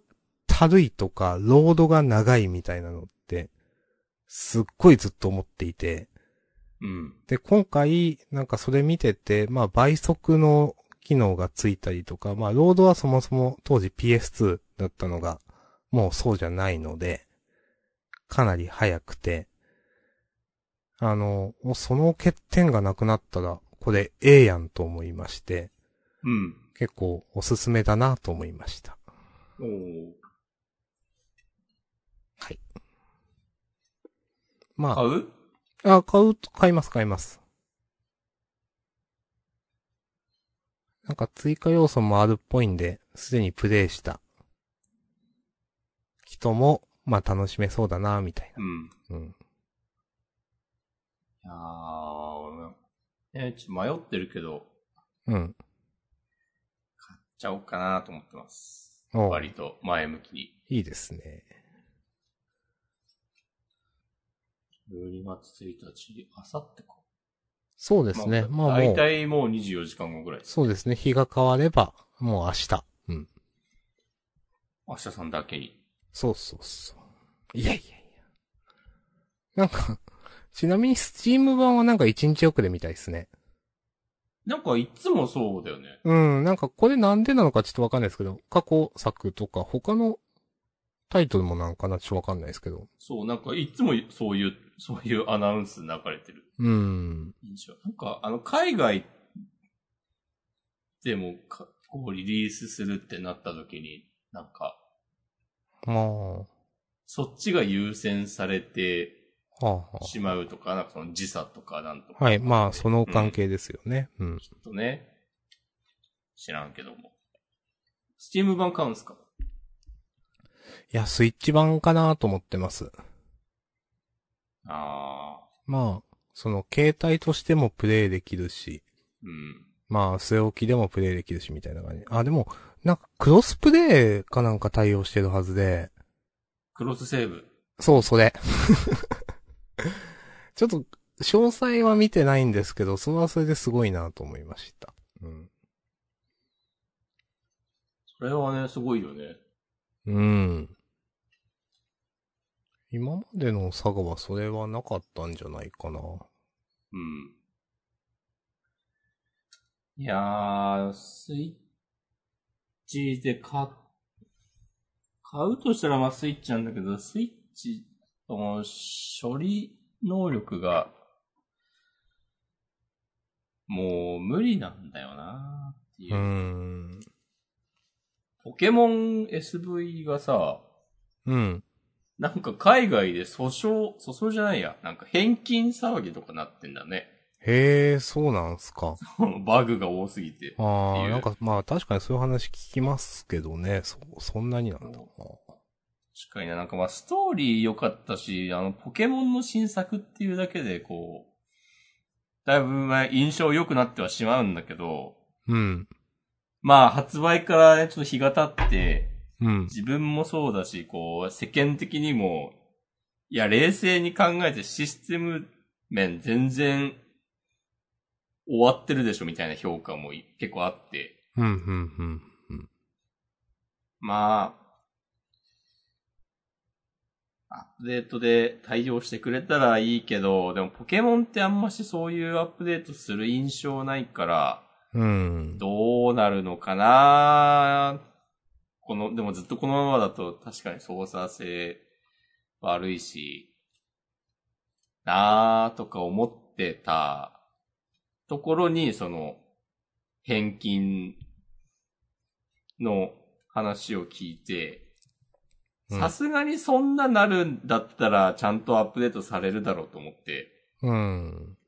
[SPEAKER 2] たるいとか、ロードが長いみたいなのって、すっごいずっと思っていて、
[SPEAKER 1] うん。
[SPEAKER 2] で、今回、なんかそれ見てて、まあ倍速の機能がついたりとか、まあロードはそもそも当時 PS2 だったのが、もうそうじゃないので、かなり早くて、あの、おその欠点がなくなったら、これええやんと思いまして、
[SPEAKER 1] うん。
[SPEAKER 2] 結構おすすめだなと思いました。
[SPEAKER 1] おー買
[SPEAKER 2] ま
[SPEAKER 1] う
[SPEAKER 2] あ、あ、買う、買います、買います。なんか追加要素もあるっぽいんで、すでにプレイした人も、まあ楽しめそうだな、みたい
[SPEAKER 1] うん。
[SPEAKER 2] な。うん。
[SPEAKER 1] いやー、俺もね、ちょっと迷ってるけど、
[SPEAKER 2] うん。
[SPEAKER 1] 買っちゃおうかなと思ってます。
[SPEAKER 2] おう
[SPEAKER 1] 割と前向きに。
[SPEAKER 2] いいですね。
[SPEAKER 1] 12月1日、あさってか。
[SPEAKER 2] そうですね。まあ、も
[SPEAKER 1] 大
[SPEAKER 2] う、
[SPEAKER 1] 体もう24時間後ぐらいです。
[SPEAKER 2] そうですね。日が変われば、もう明日。うん。
[SPEAKER 1] 明日さんだけに。
[SPEAKER 2] そうそうそう。いやいやいや。なんか、ちなみにスチーム版はなんか1日遅れみたいですね。
[SPEAKER 1] なんかいつもそうだよね。
[SPEAKER 2] うん、なんかこれなんでなのかちょっとわかんないですけど、過去作とか他のタイトルもなんかなちょっとわかんないですけど。
[SPEAKER 1] そう、なんかいつもそういう、そういうアナウンス流れてる
[SPEAKER 2] うん。
[SPEAKER 1] 印象。なんかあの海外でもかこうリリースするってなった時に、なんか
[SPEAKER 2] まあ、は
[SPEAKER 1] そっちが優先されて
[SPEAKER 2] あ、は
[SPEAKER 1] しまうとか、なんかその時差とかなんと
[SPEAKER 2] あ、
[SPEAKER 1] か。
[SPEAKER 2] はい、まあその関係ですよね。うん。
[SPEAKER 1] きっとね。知らんけども。スチーム版買うんすか
[SPEAKER 2] いや、スイッチ版かなと思ってます。
[SPEAKER 1] ああ、
[SPEAKER 2] まあ、その携帯としてもプレイできるし、
[SPEAKER 1] うん。
[SPEAKER 2] まあ、据え置きでもプレイできるしみたいな感じ。あ、でも、なんかクロスプレイかなんか対応してるはずで、
[SPEAKER 1] クロスセーブ。
[SPEAKER 2] そう、それ。 ちょっと、詳細は見てないんですけど、それはそれですごいなと思いました。うん。
[SPEAKER 1] それはね、すごいよね。
[SPEAKER 2] うん。今までの佐賀はそれはなかったんじゃないか
[SPEAKER 1] う
[SPEAKER 2] な。
[SPEAKER 1] ん。いやー、スイッチで買っ、買うとしたらまあスイッチなんだけど、スイッチの処理能力が、もう無理なんだよなっていう
[SPEAKER 2] う。ん。
[SPEAKER 1] ポケモン SV がさ、
[SPEAKER 2] うん。
[SPEAKER 1] なんか海外で訴訟、訴訟じゃないや、なんか返金騒ぎとかなってんだね。
[SPEAKER 2] へえ、そうなんすか。
[SPEAKER 1] バグが多すぎて。
[SPEAKER 2] あ
[SPEAKER 1] ってい
[SPEAKER 2] あ、
[SPEAKER 1] う
[SPEAKER 2] なんか、まあ確かにそういう話聞きますけどね。そ、そんなになんだ。
[SPEAKER 1] 確かにね、なんかまあストーリー良かったし、あの、ポケモンの新作っていうだけで、こう、だいぶ前印象良くなってはしまうんだけど、
[SPEAKER 2] うん。
[SPEAKER 1] まあ発売からね、ちょっと日が経って、
[SPEAKER 2] うん。
[SPEAKER 1] 自分もそうだし、こう、世間的にも、いや、冷静に考えてシステム面全然終わってるでしょみたいな評価もい結構あって、
[SPEAKER 2] うん、うん、うん。
[SPEAKER 1] まあ、アップデートで対応してくれたらいいけど、でもポケモンってあんましそういうアップデートする印象ないから、
[SPEAKER 2] うん。
[SPEAKER 1] どうなるのかなこの、でもずっとこのままだと確かに操作性悪いし、なーとか思ってたところに、その、返金の話を聞いて、
[SPEAKER 2] うん
[SPEAKER 1] さすがにそんななるんだったら、ちゃんとアップデートされるだろうと思って、
[SPEAKER 2] うん。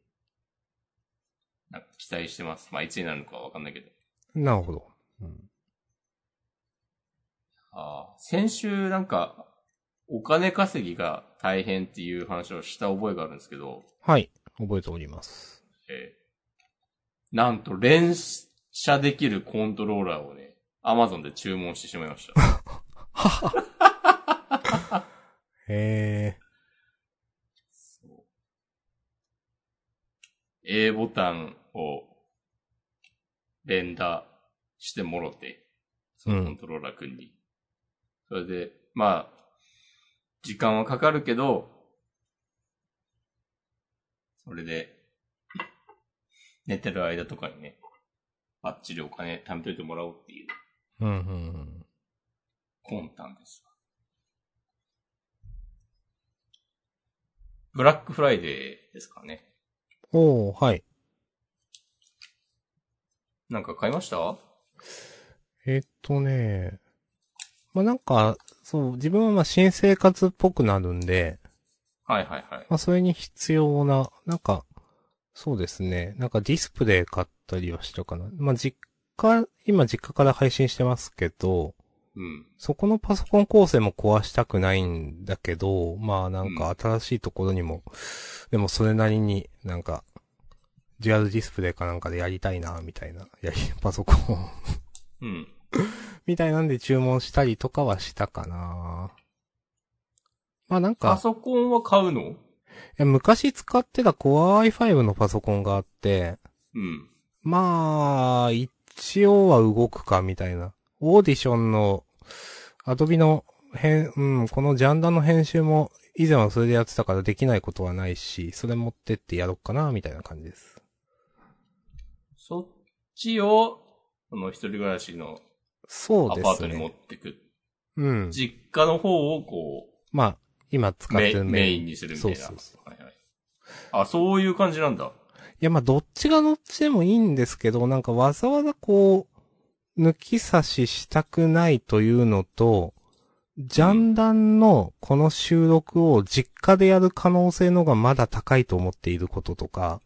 [SPEAKER 1] なんか期待してます。まあ、いつになるのかはわかんないけど。
[SPEAKER 2] なるほど。うん。
[SPEAKER 1] ああ、先週なんか、お金稼ぎが大変っていう話をした覚えがあるんですけど、
[SPEAKER 2] はい。覚えております。
[SPEAKER 1] えーなんと連射できるコントローラーをね、アマゾンで注文してしまいました。
[SPEAKER 2] へえ。
[SPEAKER 1] そう A ボタンを連打してもろて、そのコントローラー君に。それで、まあ、時間はかかるけど、それで、寝てる間とかにね、バッチリお金貯めといてもらおうっていう
[SPEAKER 2] うん、うん、
[SPEAKER 1] 魂胆ですわ。ブラックフライデーですかね。
[SPEAKER 2] うん。おー、はい。
[SPEAKER 1] なんか買いました
[SPEAKER 2] えっとね、まあ、なんか、そう、自分はまあ新生活っぽくなるんで、
[SPEAKER 1] はいはいはい。
[SPEAKER 2] まあ、それに必要な、なんか、そうですね。なんかディスプレイ買ったりはしたかな。まあ、実家、今実家から配信してますけど、
[SPEAKER 1] うん。
[SPEAKER 2] そこのパソコン構成も壊したくないんだけど、まあなんか新しいところにも、でもそれなりになんか、デュアルディスプレイかなんかでやりたいな、みたいな。やり、パソコン を
[SPEAKER 1] うん。
[SPEAKER 2] みたいなんで注文したりとかはしたかな。まあなんか
[SPEAKER 1] パ、ソコンは買うの
[SPEAKER 2] いや昔使ってた Core i5 のパソコンがあって、
[SPEAKER 1] うん。
[SPEAKER 2] まあ、一応は動くか、みたいな。オーディションの、アドビの編、うん、このジャンダの編集も、以前はそれでやってたからできないことはないし、それ持ってってやろっかな、みたいな感じです。
[SPEAKER 1] そっちを、その一人暮らしの
[SPEAKER 2] そ
[SPEAKER 1] ア
[SPEAKER 2] うで
[SPEAKER 1] パー
[SPEAKER 2] す
[SPEAKER 1] トに持っ
[SPEAKER 2] ね。
[SPEAKER 1] てく。
[SPEAKER 2] うん。
[SPEAKER 1] 実家の方をこ
[SPEAKER 2] まあ、今使
[SPEAKER 1] う、
[SPEAKER 2] って
[SPEAKER 1] メ
[SPEAKER 2] る
[SPEAKER 1] メ
[SPEAKER 2] メイ
[SPEAKER 1] イ
[SPEAKER 2] ン。
[SPEAKER 1] ンにするみたいな。
[SPEAKER 2] そうそうそ
[SPEAKER 1] はいはい。あ、そういう感じなんだ。
[SPEAKER 2] いや、まあ、どっちがどっちでもいいんですけど、なんかわざわざこう、抜き差ししたくないというのと、ジャンダンのこの収録を実家でやる可能性の方がまだ高いと思っていることとか、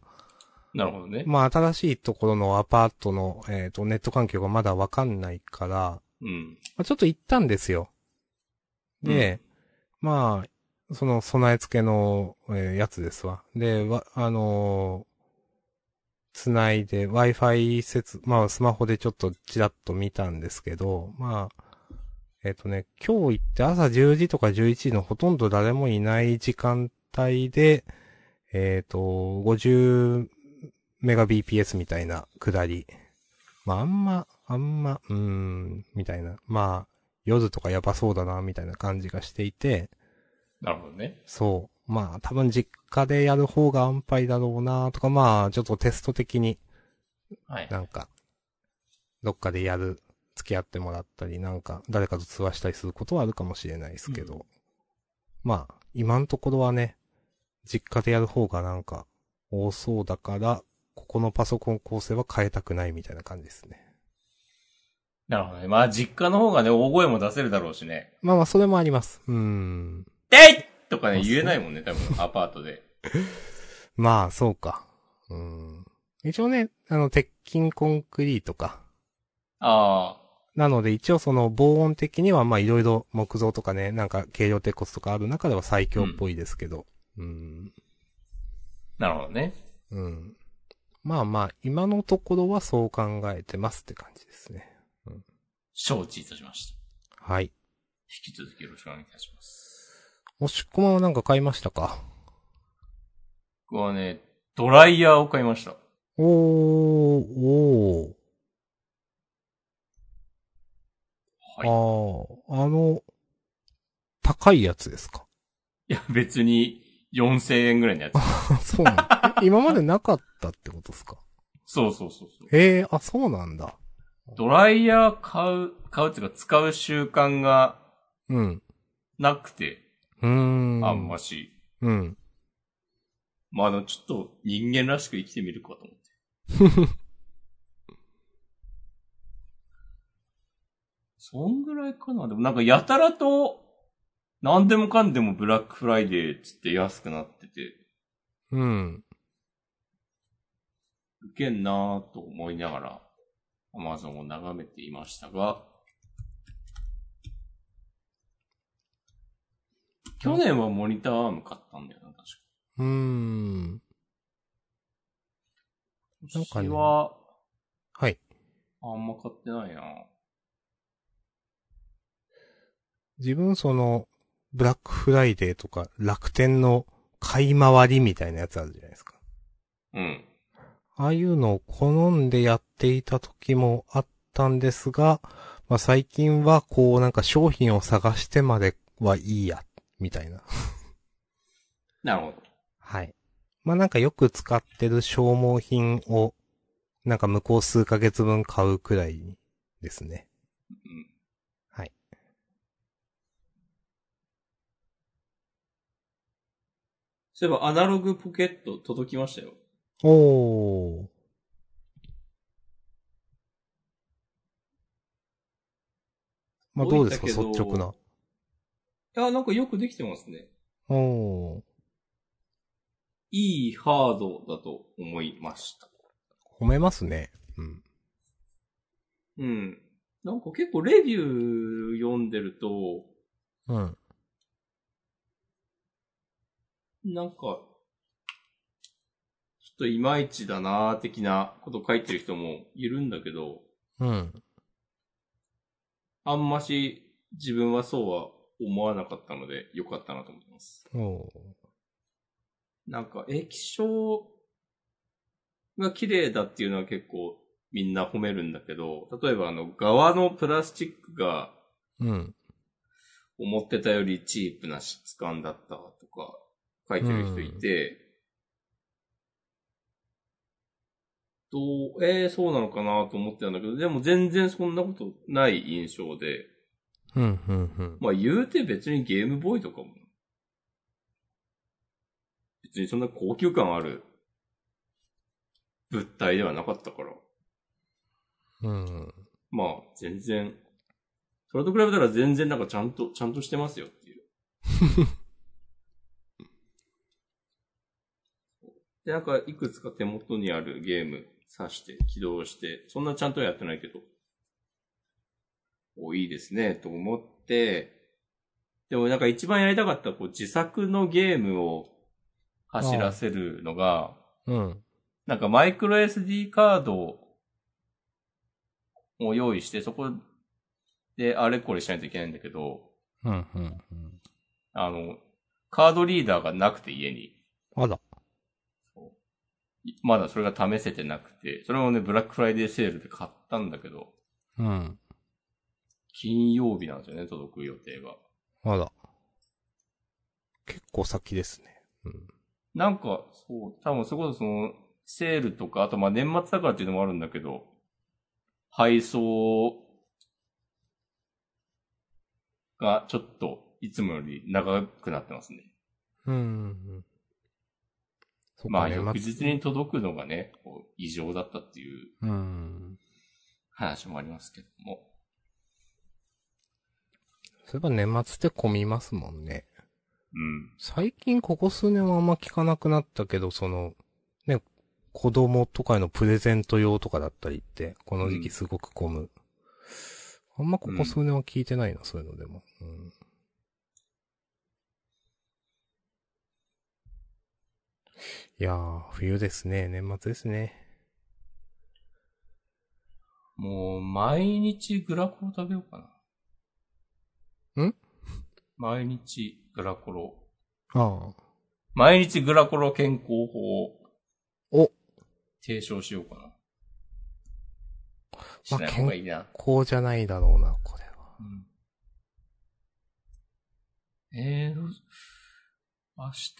[SPEAKER 1] なるほどね。
[SPEAKER 2] まあ新しいところのアパートの、えっ、と、ネット環境がまだわかんないから、ま
[SPEAKER 1] うん。
[SPEAKER 2] あ、ちょっと行ったんですよ。で、まあ、その備え付けの、えーやつですわ。で、わ、あのつないで Wi-Fi 接、まあスマホでちょっとちらっと見たんですけど、まあ、えっ、とね、今日行って朝10時とか11時のほとんど誰もいない時間帯で、えっ、と、50メガ BPS みたいな下り。まああんま、あんま、うーん、みたいな。まあ、夜とかやばそうだな、みたいな感じがしていて、
[SPEAKER 1] なるほどね。
[SPEAKER 2] そう。まあ、多分実家でやる方が安牌だろうな、とか、まあ、ちょっとテスト的に
[SPEAKER 1] はい。
[SPEAKER 2] なんか、どっかでやる、付き合ってもらったり、なんか、誰かと通話したりすることはあるかもしれないですけど、
[SPEAKER 1] うん
[SPEAKER 2] まあ、今のところはね、実家でやる方がなんか、多そうだから、ここのパソコン構成は変えたくないみたいな感じですね。
[SPEAKER 1] なるほどね。まあ実家の方がね、大声も出せるだろうしね。
[SPEAKER 2] まあまあ、それもあります。うーん。
[SPEAKER 1] でいとかね、
[SPEAKER 2] あそう
[SPEAKER 1] 言えないもんね、多分、アパートで。
[SPEAKER 2] まあ、そうか。うーん。一応ね、あの、鉄筋コンクリートか。
[SPEAKER 1] あ
[SPEAKER 2] なので一応その防音的にはまあいろいろ木造とかね、なんか軽量鉄骨とかある中では最強っぽいですけど。うん。
[SPEAKER 1] あ、なるほどね。
[SPEAKER 2] うん。まあまあ、今のところはそう考えてますって感じですね。
[SPEAKER 1] 承知いたしました。
[SPEAKER 2] はい。
[SPEAKER 1] 引き続きよろしくお願いいたします。
[SPEAKER 2] おしっこまはなんか買いましたか
[SPEAKER 1] 僕はね、ドライヤーを買いました。
[SPEAKER 2] おー、おー。
[SPEAKER 1] はい。
[SPEAKER 2] あ
[SPEAKER 1] い
[SPEAKER 2] ー、あの、高いやつですか
[SPEAKER 1] や、別に4000円ぐらいのやつ。
[SPEAKER 2] そうなんだ。え今までなかったってことですか
[SPEAKER 1] そうそうそうそう。
[SPEAKER 2] へえ、あ、そうなんだ。
[SPEAKER 1] ドライヤー買う、買うっていうか使う習慣が
[SPEAKER 2] うん。
[SPEAKER 1] なくて、
[SPEAKER 2] うーん。
[SPEAKER 1] あんまし。
[SPEAKER 2] うん。
[SPEAKER 1] まあでもちょっと人間らしく生きてみるかと思って。 そんぐらいかな。でもなんかやたらと、何でもかんでもブラックフライデーっつって安くなってて、
[SPEAKER 2] うん。
[SPEAKER 1] ウケんなぁと思いながら、アマゾンを眺めていましたが、去年はモニターアーム買ったんだよな、確か。
[SPEAKER 2] うーん。なんかね
[SPEAKER 1] 今年は、
[SPEAKER 2] はい。
[SPEAKER 1] あんま買ってないな
[SPEAKER 2] 自分その、ブラックフライデーとか楽天の買い回りみたいなやつあるじゃないですか。
[SPEAKER 1] うん。
[SPEAKER 2] ああいうのを好んでやっていた時もあったんですが、まあ最近はこうなんか商品を探してまではいいや、みたいな。
[SPEAKER 1] なるほど。
[SPEAKER 2] はい。まあなんかよく使ってる消耗品を、なんか向こう数ヶ月分買うくらいですね。
[SPEAKER 1] うん。
[SPEAKER 2] はい。
[SPEAKER 1] そういえば、アナログポケット届きましたよ。
[SPEAKER 2] おー。まあどうですか、率
[SPEAKER 1] 届いたけど
[SPEAKER 2] 直な。
[SPEAKER 1] いや、なんかよくできてますね。
[SPEAKER 2] おー。
[SPEAKER 1] いいハードだと思いました。
[SPEAKER 2] 褒めますね。う
[SPEAKER 1] う
[SPEAKER 2] ん。
[SPEAKER 1] ん。なんか結構レビュー読んでると、
[SPEAKER 2] うん。
[SPEAKER 1] なんか、ちょっといまいちだなー的なこと書いてる人もいるんだけど、
[SPEAKER 2] うん。
[SPEAKER 1] あんまし自分はそうは思わなかったので良かったなと思います。
[SPEAKER 2] おー。
[SPEAKER 1] なんか液晶が綺麗だっていうのは結構みんな褒めるんだけど、例えばあの側のプラスチックが
[SPEAKER 2] うん。
[SPEAKER 1] 思ってたよりチープな質感だったとか書いてる人いて、どう、えー、そうなのかなと思ってたんだけど、でも全然そんなことない印象で、
[SPEAKER 2] うん、うん、うん。
[SPEAKER 1] まあ言うて別にゲームボーイとかも、別にそんな高級感ある物体ではなかったから、
[SPEAKER 2] うん。
[SPEAKER 1] まあ全然、それと比べたら全然なんかちゃんと、ちゃんとしてますよっていう。で、なんかいくつか手元にあるゲーム挿して起動して、そんなちゃんとはやってないけど、お、いいですね、と思って、でもなんか一番やりたかったこう自作のゲームを走らせるのが、
[SPEAKER 2] うん。
[SPEAKER 1] なんかマイクロ SD カードを用意して、そこであれこれしないといけないんだけど、
[SPEAKER 2] うん、うん。
[SPEAKER 1] あの、カードリーダーがなくて家に。
[SPEAKER 2] あら。
[SPEAKER 1] まだそれが試せてなくて、それもね、ブラックフライデーセールで買ったんだけど、
[SPEAKER 2] うん。
[SPEAKER 1] 金曜日なんですよね、届く予定が。
[SPEAKER 2] あら。結構先ですね。うん。
[SPEAKER 1] なんか、そう、多分それこそその、セールとか、あとまあ年末だからっていうのもあるんだけど、配送がちょっといつもより長くなってますね。
[SPEAKER 2] うんうん。そっ
[SPEAKER 1] まあ
[SPEAKER 2] 年末
[SPEAKER 1] 翌日に届くのがね、こう異常だったっていう
[SPEAKER 2] うん。
[SPEAKER 1] 話もありますけども。
[SPEAKER 2] そういえば年末って混みますもんね。
[SPEAKER 1] うん。
[SPEAKER 2] 最近ここ数年はあんま聞かなくなったけど、その、ね、子供とかへのプレゼント用とかだったりって、この時期すごく混む。あんまここ数年は聞いてないな、そういうのでも。うん。いやー、冬ですね。年末ですね。
[SPEAKER 1] もう、毎日グラコロ食べようかな。
[SPEAKER 2] ん
[SPEAKER 1] 毎日グラコロ。
[SPEAKER 2] ああ。
[SPEAKER 1] 毎日グラコロ健康法を
[SPEAKER 2] お
[SPEAKER 1] 提唱しようかな。し
[SPEAKER 2] まあ
[SPEAKER 1] ない方がいいな。
[SPEAKER 2] こうじゃないだろうな、これは。
[SPEAKER 1] うん、えー、どうし明日、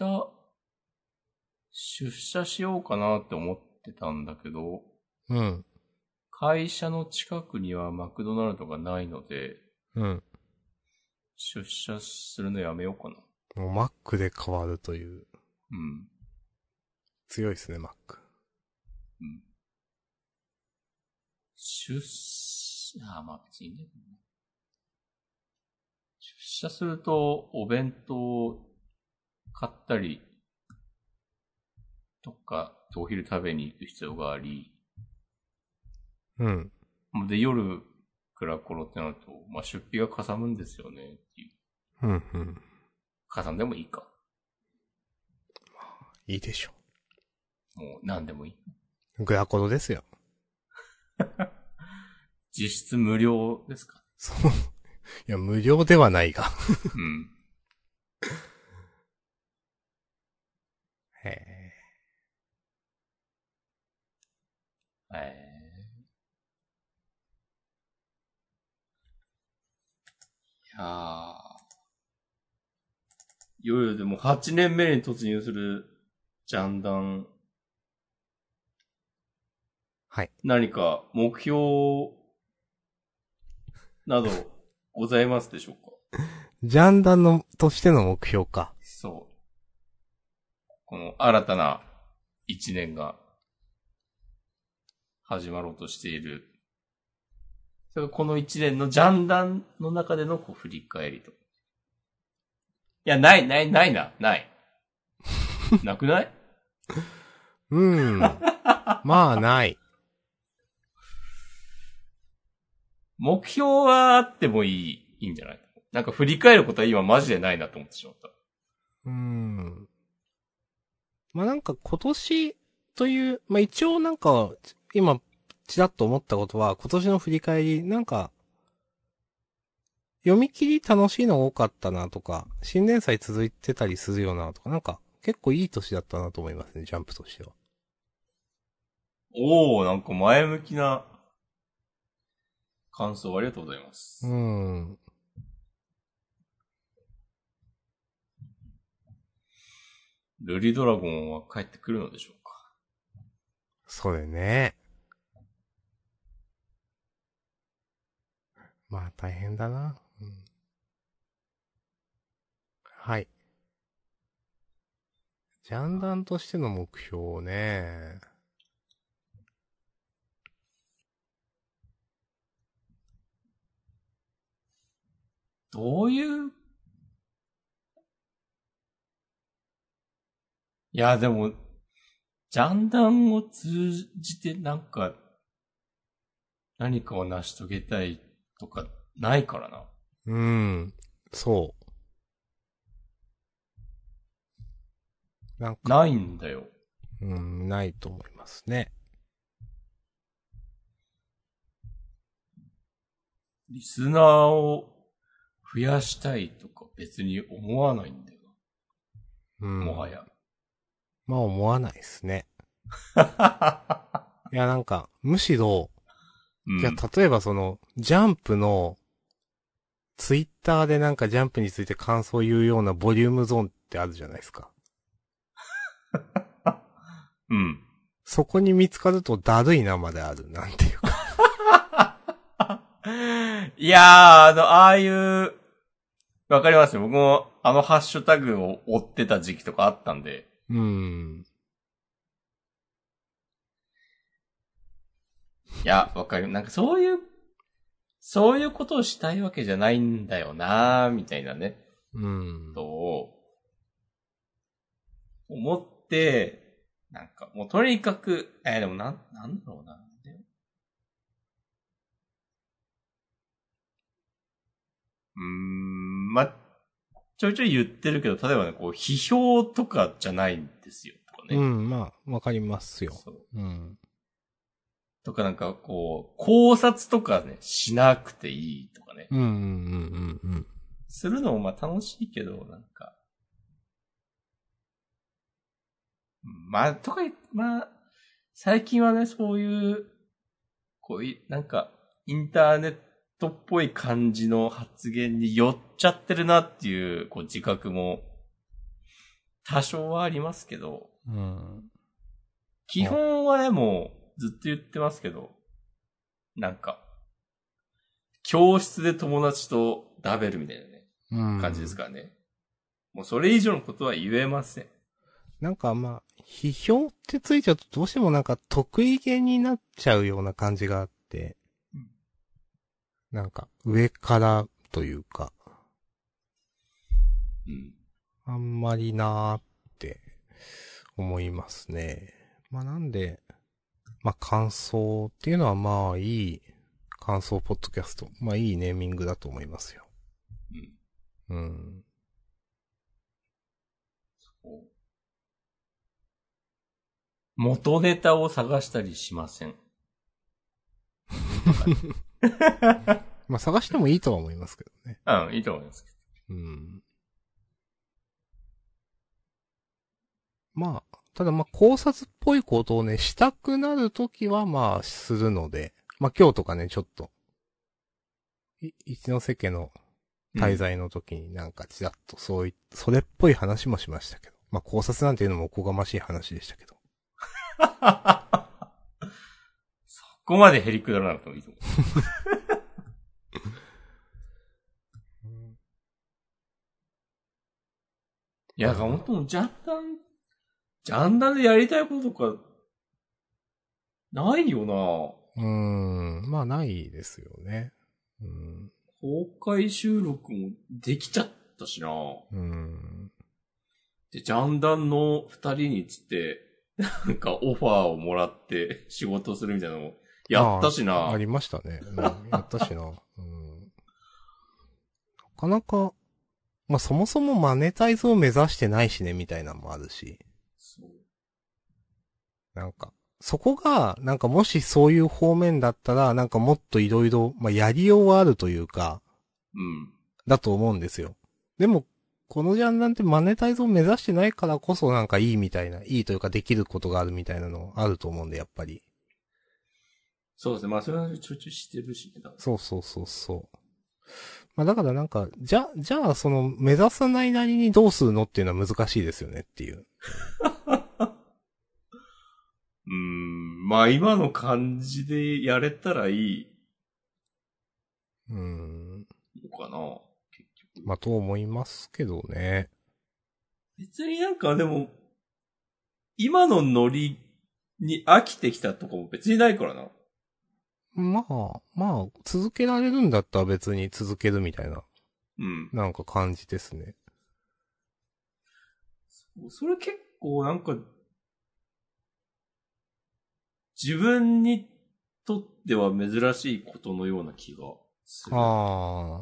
[SPEAKER 1] 出社しようかなって思ってたんだけど、
[SPEAKER 2] うん。
[SPEAKER 1] 会社の近くにはマクドナルドがないので、
[SPEAKER 2] うん。
[SPEAKER 1] 出社するのやめようかな。
[SPEAKER 2] もうマックで変わるという。
[SPEAKER 1] うん。
[SPEAKER 2] 強いですね、マック。
[SPEAKER 1] 出社、あ、まあ別にいいんだけどね。出社すると、お弁当を買ったり、とか、お昼食べに行く必要があり、
[SPEAKER 2] うん。
[SPEAKER 1] で、夜、暗ころってなると、まあ出費がかさむんですよね、っていう。
[SPEAKER 2] うん、うん。
[SPEAKER 1] かさんでもいいか。
[SPEAKER 2] いいでしょ
[SPEAKER 1] もう何でもいい。
[SPEAKER 2] う。グラコロですよ。
[SPEAKER 1] 実質無料ですか
[SPEAKER 2] そう。いや、無料ではないが。
[SPEAKER 1] うん。
[SPEAKER 2] へえ。
[SPEAKER 1] えー、いやー。いよいよでも8年目に突入するジャンダン。
[SPEAKER 2] はい。
[SPEAKER 1] 何か目標などございますでしょうか
[SPEAKER 2] ジャンダンの、としての目標か。
[SPEAKER 1] そう。この新たな一年が始まろうとしている。それがこの一年のジャンダンの中でのこう振り返りと。いや、ない、ない、ないな、ない。 なくない
[SPEAKER 2] うん。まあ、ない。
[SPEAKER 1] 目標はあってもいい、いいんじゃないなんか振り返ることは今マジでないなと思ってしまった。
[SPEAKER 2] うん。まあ、なんか今年という、まあ、一応なんか、今、ちらっと思ったことは、今年の振り返り、なんか、読み切り楽しいの多かったなとか、新年祭続いてたりするよなとか、なんか、結構いい年だったなと思いますね、ジャンプとしては。
[SPEAKER 1] おー、なんか前向きな感想ありがとうございます。
[SPEAKER 2] うん。
[SPEAKER 1] ルリドラゴンは帰ってくるのでしょうか
[SPEAKER 2] それね。まあ大変だな。うん、はい。ジャンダンとしての目標ね。
[SPEAKER 1] どういういや、でも、ジャンダンを通じてなんか、何かを成し遂げたいとか、ないからな。
[SPEAKER 2] うん。そう。なんか、
[SPEAKER 1] ないんだよ。
[SPEAKER 2] うん、ないと思いますね。
[SPEAKER 1] リスナーを増やしたいとか別に思わないんだよ
[SPEAKER 2] うん。
[SPEAKER 1] な。もは。や。
[SPEAKER 2] まあ思わないですね。いやなんか、むしろ、
[SPEAKER 1] うん
[SPEAKER 2] じゃあ、例えばその、ジャンプの、ツイッターでなんかジャンプについて感想を言うようなボリュームゾーンってあるじゃないですか。
[SPEAKER 1] うん。
[SPEAKER 2] そこに見つかるとだるいなまである、なんていうか。
[SPEAKER 1] いやー、あの、ああいう、わかりますよ。僕も、あのハッシュタグを追ってた時期とかあったんで、
[SPEAKER 2] うん。
[SPEAKER 1] いや、わかる。なんかそういう、そういうことをしたいわけじゃないんだよなー、みたいなね、
[SPEAKER 2] うん
[SPEAKER 1] こと。を、思って、なんか、もうとにかく、えーでもなん、なんだろうな。でうーん、ま、ちょいちょい言ってるけど、例えばね、こう、批評とかじゃないんですよ、とかね。
[SPEAKER 2] うん、まあ、わかりますよ。
[SPEAKER 1] そう
[SPEAKER 2] うん。
[SPEAKER 1] とかなんか、こう、考察とかね、しなくていいとかね。
[SPEAKER 2] うん、うん、うん、うん、うん。
[SPEAKER 1] するのもまあ楽しいけど、なんか。まあ、とか言っまあ、最近はね、そういう、こういう、なんか、インターネットっぽい感じの発言に寄っちゃってるなっていう、こう、自覚も、多少はありますけど、
[SPEAKER 2] うん。
[SPEAKER 1] 基本はね、もう、ずっと言ってますけど、なんか、教室で友達とダベルみたいなね。
[SPEAKER 2] うん。
[SPEAKER 1] 感じですからね。もうそれ以上のことは言えません。
[SPEAKER 2] なんかまあ、批評ってついちゃうとどうしてもなんか得意げになっちゃうような感じがあって、なんか、上からというか、
[SPEAKER 1] うん。
[SPEAKER 2] あんまりなーって思いますね。まあなんで、まあ感想っていうのはまあいい感想ポッドキャスト。まあいいネーミングだと思いますよ。
[SPEAKER 1] うん。
[SPEAKER 2] うん。
[SPEAKER 1] 元ネタを探したりしません。
[SPEAKER 2] まあ探してもいいとは思いますけどね。
[SPEAKER 1] うん、いいと思いますけ
[SPEAKER 2] うん。まあ、ただまあ考察っぽいことをね、したくなるときはまあするので、まあ今日とかね、ちょっと、い一ノ瀬家の
[SPEAKER 1] ど。
[SPEAKER 2] 滞在の時になんかちらっとそうい、それっぽい話もしましたけど。まあ考察なんていうのもおこがましい話でしたけど。
[SPEAKER 1] そこまでへりくだらなくてもいいと思う。 いや、ほんともうジャンダン、ジャンダンでやりたいこととか、ないよな
[SPEAKER 2] うーん、まあないですよね。うん。
[SPEAKER 1] 公開収録もできちゃったしな
[SPEAKER 2] うん。
[SPEAKER 1] で、ジャンダンの二人につって、なんかオファーをもらって仕事するみたいなのも、やったし
[SPEAKER 2] あ
[SPEAKER 1] な
[SPEAKER 2] ありましたね。うん、やったしな。うん。なかなか、まあそもそもマネタイズを目指してないしね、みたいなのもあるし。
[SPEAKER 1] そう
[SPEAKER 2] なんか、そこが、なんかもしそういう方面だったら、なんかもっといろいろ、まあやりようはあるというか、
[SPEAKER 1] うん。
[SPEAKER 2] だと思うんですよ。でも、このジャンルなんてマネタイズを目指してないからこそなんかいいみたいな、いいというかできることがあるみたいなのあると思うんで、やっぱり。
[SPEAKER 1] そうですね。まあ、それはちょいちょいしてるしね。だから
[SPEAKER 2] そうそうそうそう。まあだからなんか、じゃ、じゃあその目指さないなりにどうするのっていうのは難しいですよねっていう。
[SPEAKER 1] うーん。まあ、今の感じでやれたらいいう
[SPEAKER 2] ーん。
[SPEAKER 1] のかな結局。
[SPEAKER 2] まあと思いますけどね。
[SPEAKER 1] 別になんかでも、今のノリに飽きてきたとかも別にないからな。
[SPEAKER 2] まあ、まあ、続けられるんだったら別に続けるみたいな、
[SPEAKER 1] うん。
[SPEAKER 2] なんか感じですね。
[SPEAKER 1] それ結構なんか、自分にとっては珍しいことのような気がする。
[SPEAKER 2] ああ、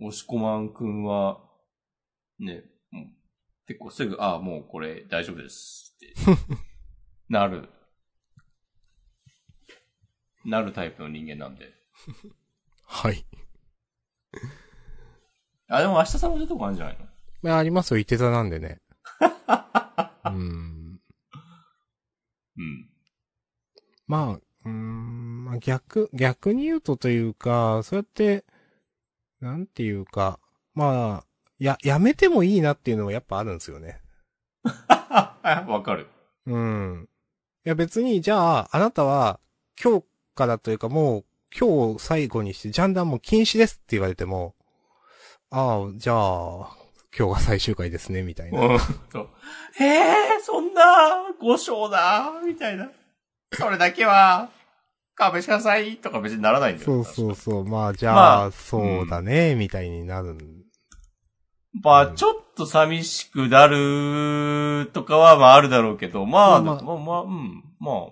[SPEAKER 1] 押しこまんくんは、ね、もう結構すぐ、ああ、もうこれ大丈夫です って、なる、なるタイプの人間なんで。
[SPEAKER 2] はい。
[SPEAKER 1] あ、でも明日さんもそういうとこあるんじゃないの
[SPEAKER 2] まあ、ありますよ。いて座なんでね。うん。
[SPEAKER 1] うん。
[SPEAKER 2] まあ、うーん、まあ逆、逆に言うとというか、そうやって、なんていうか、まあ、や、やめてもいいなっていうのはやっぱあるんですよね。
[SPEAKER 1] わかる。
[SPEAKER 2] うん。いや別に、じゃあ、あなたは、今日からというかもう、今日最後にして、ジャンダンも禁止ですって言われても、ああ、じゃあ、今日が最終回ですね、みたいな。
[SPEAKER 1] うん。そう。へえ、そんな、五章だ、みたいな。それだけは、勘弁してください、とか別にならないんだよ。
[SPEAKER 2] そうそう
[SPEAKER 1] 確か
[SPEAKER 2] そう。まあ、じゃあ、
[SPEAKER 1] まあ
[SPEAKER 2] そうだね、みたいになるん。
[SPEAKER 1] まあ、ちょっと寂しくなるとかは、まああるだろうけど、まあ、
[SPEAKER 2] ま
[SPEAKER 1] ま
[SPEAKER 2] あ
[SPEAKER 1] あ、まあ、うん、まあ、まあ。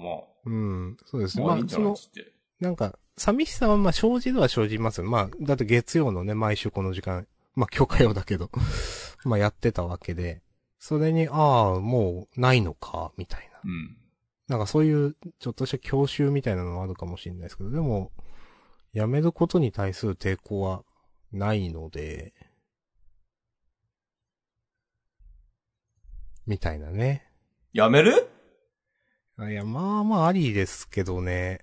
[SPEAKER 2] うん。そうですね。
[SPEAKER 1] ま
[SPEAKER 2] ま
[SPEAKER 1] あいいん
[SPEAKER 2] あ、
[SPEAKER 1] じ
[SPEAKER 2] そ
[SPEAKER 1] ゃないっ
[SPEAKER 2] の、
[SPEAKER 1] つって。
[SPEAKER 2] なんか、寂しさはまあ生じるは生じますよ。まあ、だって月曜のね、毎週この時間、まあ、許可用だけど、 まあやってたわけで、それに、ああ、もうないのか、みたいな。
[SPEAKER 1] うん。
[SPEAKER 2] なんかそういう、ちょっとした教習みたいなのはあるかもしれないですけど、でも、やめることに対する抵抗はないので、みたいなね。
[SPEAKER 1] やめる
[SPEAKER 2] あいや、まあまあありですけどね。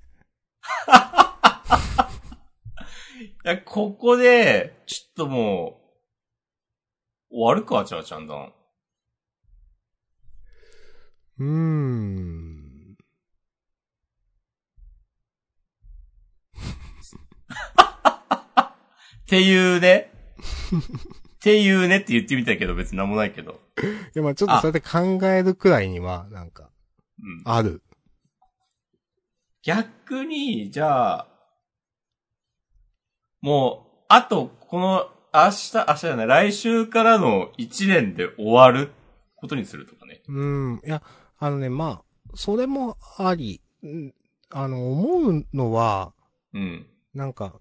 [SPEAKER 1] いや、ここで、ちょっともう、終わるか、じゃあ、ちゃんだん。
[SPEAKER 2] うーん。
[SPEAKER 1] っていうね。っていうねって言ってみたけど、別になんもないけど。
[SPEAKER 2] いや、まあちょっと
[SPEAKER 1] あ
[SPEAKER 2] そうやって考えるくらいには、なんか、
[SPEAKER 1] うん。
[SPEAKER 2] ある。
[SPEAKER 1] 逆に、じゃあ、もう、あと、この、明日、明日じゃない、来週からの1年で終わることにするとかね。
[SPEAKER 2] うん。いや、あのね、まあ、それもあり、うんあの、思うのは、
[SPEAKER 1] うん。
[SPEAKER 2] なんか、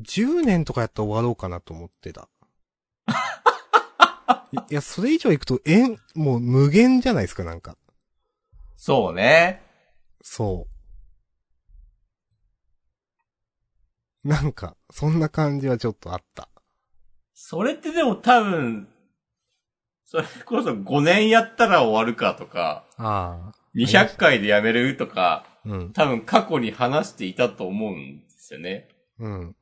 [SPEAKER 2] 10年とかやったら終わろうかなと思ってた。いや、それ以上行くと、えん、もう無限じゃないですか、なんか。
[SPEAKER 1] そうね。
[SPEAKER 2] そう。なんか、そんな感じはちょっとあった。
[SPEAKER 1] それってでも多分、それこそ5年やったら終わるかとか、
[SPEAKER 2] あ
[SPEAKER 1] 200回でやめるとか、
[SPEAKER 2] あ。うん。
[SPEAKER 1] 多分過去に話していたと思うんですよね。
[SPEAKER 2] うん。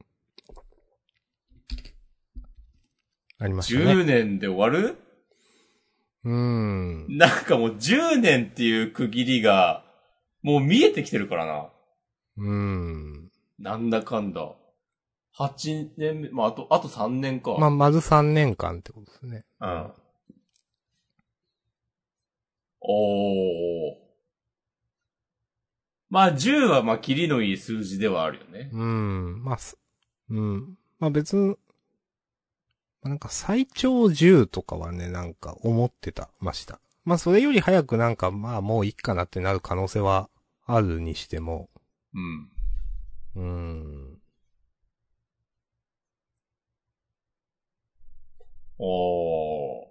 [SPEAKER 2] ありましたね。
[SPEAKER 1] 10年で終わる
[SPEAKER 2] うん。
[SPEAKER 1] なんかもう10年っていう区切りが、もう見えてきてるからな。
[SPEAKER 2] うん。
[SPEAKER 1] なんだかんだ。8年目、まあ、あと、あと3年か。
[SPEAKER 2] まあ、まず3年間ってことですね。
[SPEAKER 1] うん。おー。まあ、10は、まあ、キリのいい数字ではあるよね。
[SPEAKER 2] うん。まあ、すうん。まあ別に、まあなんか最長10とかはね、なんか思ってた、ました。まあそれより早くなんか、まあもういいかなってなる可能性はあるにしても、
[SPEAKER 1] うん。
[SPEAKER 2] うん。
[SPEAKER 1] おー。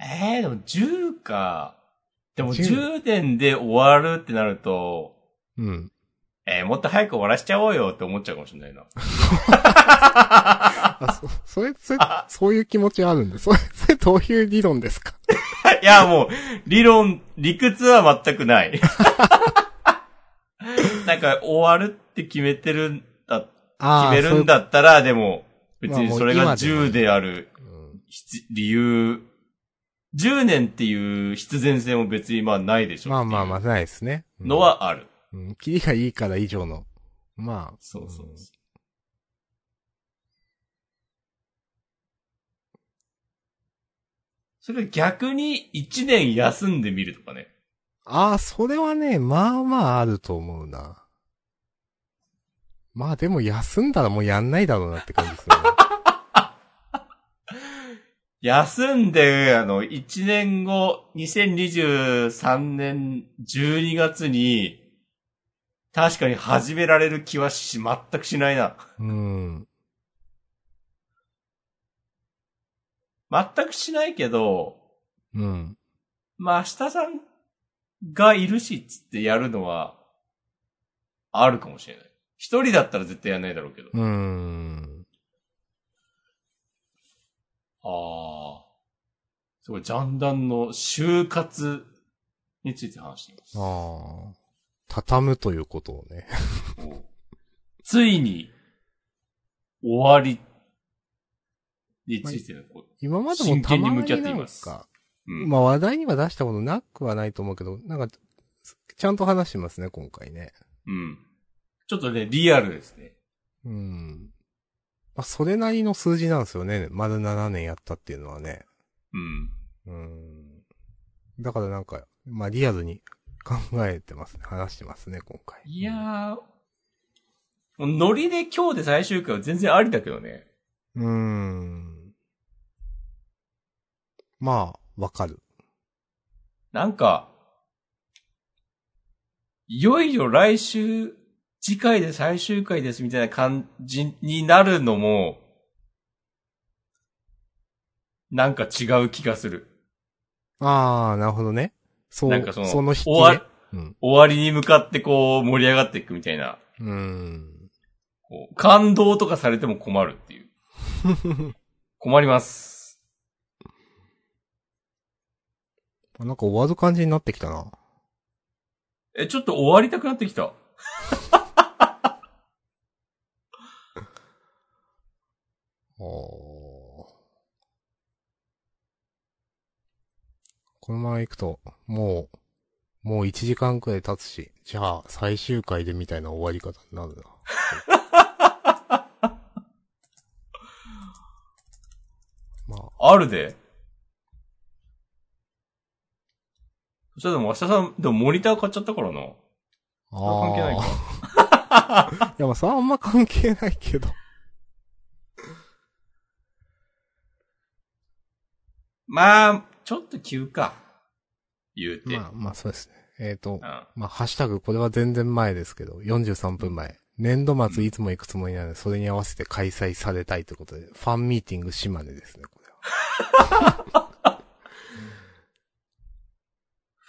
[SPEAKER 1] えー、でも10か。でも
[SPEAKER 2] 10
[SPEAKER 1] 10年で終わるってなると、
[SPEAKER 2] うん。
[SPEAKER 1] えー、もっと早く終わらしちゃおうよって思っちゃうかもしれないな。
[SPEAKER 2] あ、そ、それ、それ、そういう気持ちはあるんで、それ、それどういう理論ですか
[SPEAKER 1] いや、もう、理論、理屈は全く ない。なんか、終わるって決めてるんだ、決
[SPEAKER 2] あ
[SPEAKER 1] めるん
[SPEAKER 2] だ。
[SPEAKER 1] だったら、でも、別
[SPEAKER 2] まあ
[SPEAKER 1] に
[SPEAKER 2] もう
[SPEAKER 1] それ
[SPEAKER 2] 今
[SPEAKER 1] が
[SPEAKER 2] でも
[SPEAKER 1] 10である
[SPEAKER 2] そういう
[SPEAKER 1] 必理由、10年っていう必然性も別にまあないでし
[SPEAKER 2] う
[SPEAKER 1] ょ。
[SPEAKER 2] んまあまあまあ、ないですね。うん
[SPEAKER 1] の、はある。
[SPEAKER 2] うん、キリがいいから以上の、まあ。
[SPEAKER 1] そうそうそそれ逆に1年休んでみるとかね。
[SPEAKER 2] ああ、それはね、まあまああると思うな。まあでも休んだらもうやんないだろうなって感じですよ ね。
[SPEAKER 1] 休んで、あの、1年後、2023年12月に、確かに始められる気はし、全くしないな。
[SPEAKER 2] うん。
[SPEAKER 1] 全くしないけど、
[SPEAKER 2] うん。
[SPEAKER 1] まあ、明日さんがいるし、つってやるのは、あるかもしれない。一人だったら絶対やんないだろうけど。
[SPEAKER 2] うん。
[SPEAKER 1] ああ。すごい、ジャンダンの就活について話しています。
[SPEAKER 2] ああ。畳むということをね。
[SPEAKER 1] ついに、終わりについてのこ
[SPEAKER 2] 今までもたま
[SPEAKER 1] 真剣に向き合
[SPEAKER 2] に
[SPEAKER 1] って
[SPEAKER 2] ないん
[SPEAKER 1] ます
[SPEAKER 2] か、
[SPEAKER 1] う。うん。
[SPEAKER 2] まあ話題には出したことなくはないと思うけど、なんか、ちゃんと話してますね、今回ね。
[SPEAKER 1] うん。ちょっとね、リアルですね。
[SPEAKER 2] うん。まあそれなりの数字なんですよね。丸7年やったっていうのはね。
[SPEAKER 1] うん。
[SPEAKER 2] うーん。だからなんか、まあリアルに考えてますね。話してますね、今回。
[SPEAKER 1] いやー、ノリで今日で最終回は全然ありだけどね。
[SPEAKER 2] うーん。まあ、わかる。
[SPEAKER 1] なんか、いよいよ来週、次回で最終回ですみたいな感じになるのも、なんか違う気がする。
[SPEAKER 2] あー、なるほどね。そう、
[SPEAKER 1] なんかその
[SPEAKER 2] の引き、
[SPEAKER 1] 終わ
[SPEAKER 2] ね
[SPEAKER 1] り。
[SPEAKER 2] うん。
[SPEAKER 1] 終わりに向かってこう盛り上がっていくみたいな、
[SPEAKER 2] うーん。
[SPEAKER 1] こう感動とかされても困るっていう。 困ります。
[SPEAKER 2] なんか終わる感じになってきたな。
[SPEAKER 1] え、ちょっと終わりたくなってきた。
[SPEAKER 2] おーこのまま行くと、もう、もう1時間くらい経つし、じゃあ最終回でみたいな終わり方になるな。 まあ、
[SPEAKER 1] あるで。それでも明日さん、でもモニター買っちゃったからな。
[SPEAKER 2] ああ。
[SPEAKER 1] 関係ない
[SPEAKER 2] いや、まあ、それはあんま関係ないけど。
[SPEAKER 1] まあ、ちょっと急か。言うて。
[SPEAKER 2] まあ、まあ、そうですね。えっ、と、
[SPEAKER 1] うん。
[SPEAKER 2] まあ、ハッシュタグ、これは全然前ですけど、43分前。年度末いつも行くつもりなので、それに合わせて開催されたいということで、ファンミーティング島根ですね、これは。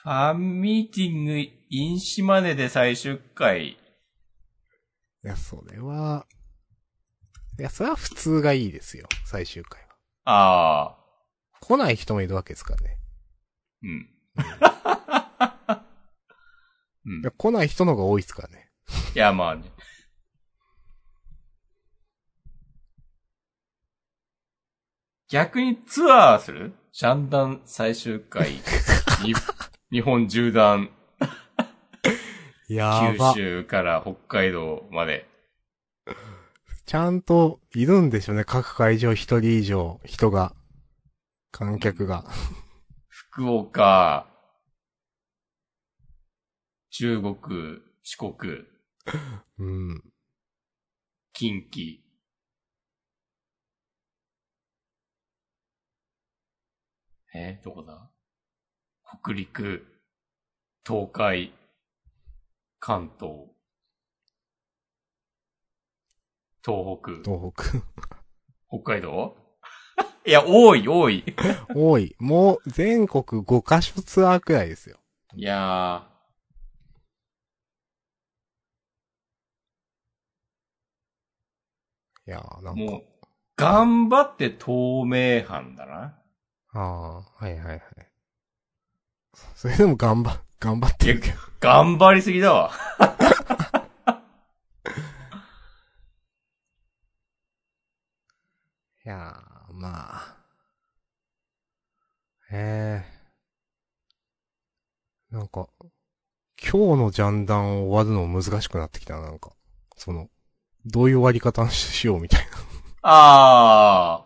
[SPEAKER 1] ファンミーティング、インシマネで最終回。
[SPEAKER 2] いや、それは、いや、それは普通がいいですよ、最終回は。
[SPEAKER 1] ああ。
[SPEAKER 2] 来ない人もいるわけですからね。
[SPEAKER 1] うん。うん
[SPEAKER 2] いや、来ない人の方が多いですからね。
[SPEAKER 1] いや、まあね。逆にツアーするジャンダン最終回。に日本縦断、
[SPEAKER 2] や
[SPEAKER 1] 九
[SPEAKER 2] ば。
[SPEAKER 1] 州から北海道まで。
[SPEAKER 2] ちゃんといるんでしょうね、各会場一人以上、人が。観客が。
[SPEAKER 1] 福岡、中国、四国、
[SPEAKER 2] うん。
[SPEAKER 1] 近畿。えーどこだ北陸、東海、関東、東北、
[SPEAKER 2] 東北。
[SPEAKER 1] 北海道 いや、多い、多い。
[SPEAKER 2] 多い。もう、全国5カ所ツアーくらいですよ。
[SPEAKER 1] いや
[SPEAKER 2] いやー、な
[SPEAKER 1] ー、
[SPEAKER 2] んか。
[SPEAKER 1] もう、頑張って透明犯だな。
[SPEAKER 2] ああ、はいはいはい。それでも頑張、 頑張っ
[SPEAKER 1] い
[SPEAKER 2] て
[SPEAKER 1] や
[SPEAKER 2] るけど。、
[SPEAKER 1] 頑張りすぎだわ。
[SPEAKER 2] いやー、まあ。へえ。なんか、今日のジャンダン終わるの難しくなってきたな、なんか。その、どういう終わり方にしようみたいな。
[SPEAKER 1] ああ。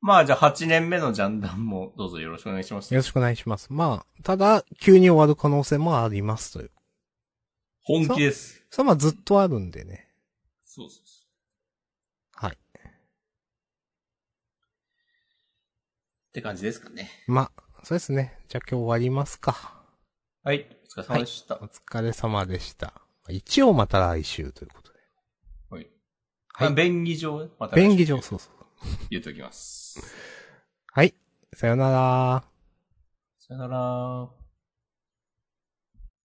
[SPEAKER 1] まあじゃあ8年目のジャンダンもどうぞよろしくお願いします
[SPEAKER 2] よ。ろしくお願いします。まあ、ただ、急に終わる可能性もありますという。
[SPEAKER 1] 本気です。
[SPEAKER 2] それはまあずっとあるんでね。
[SPEAKER 1] そうそうそ
[SPEAKER 2] はい。
[SPEAKER 1] う。って感じですかね。
[SPEAKER 2] まあ、そうですね。じゃあ今日終わりますか。
[SPEAKER 1] はい。お疲れ様でした。
[SPEAKER 2] お疲れ様でした。一応また来週ということで。
[SPEAKER 1] はい。
[SPEAKER 2] はい
[SPEAKER 1] あ便宜上、また来週
[SPEAKER 2] 便宜上、そうそう。
[SPEAKER 1] 言っておきます。
[SPEAKER 2] はい。さよなら。
[SPEAKER 1] さよなら。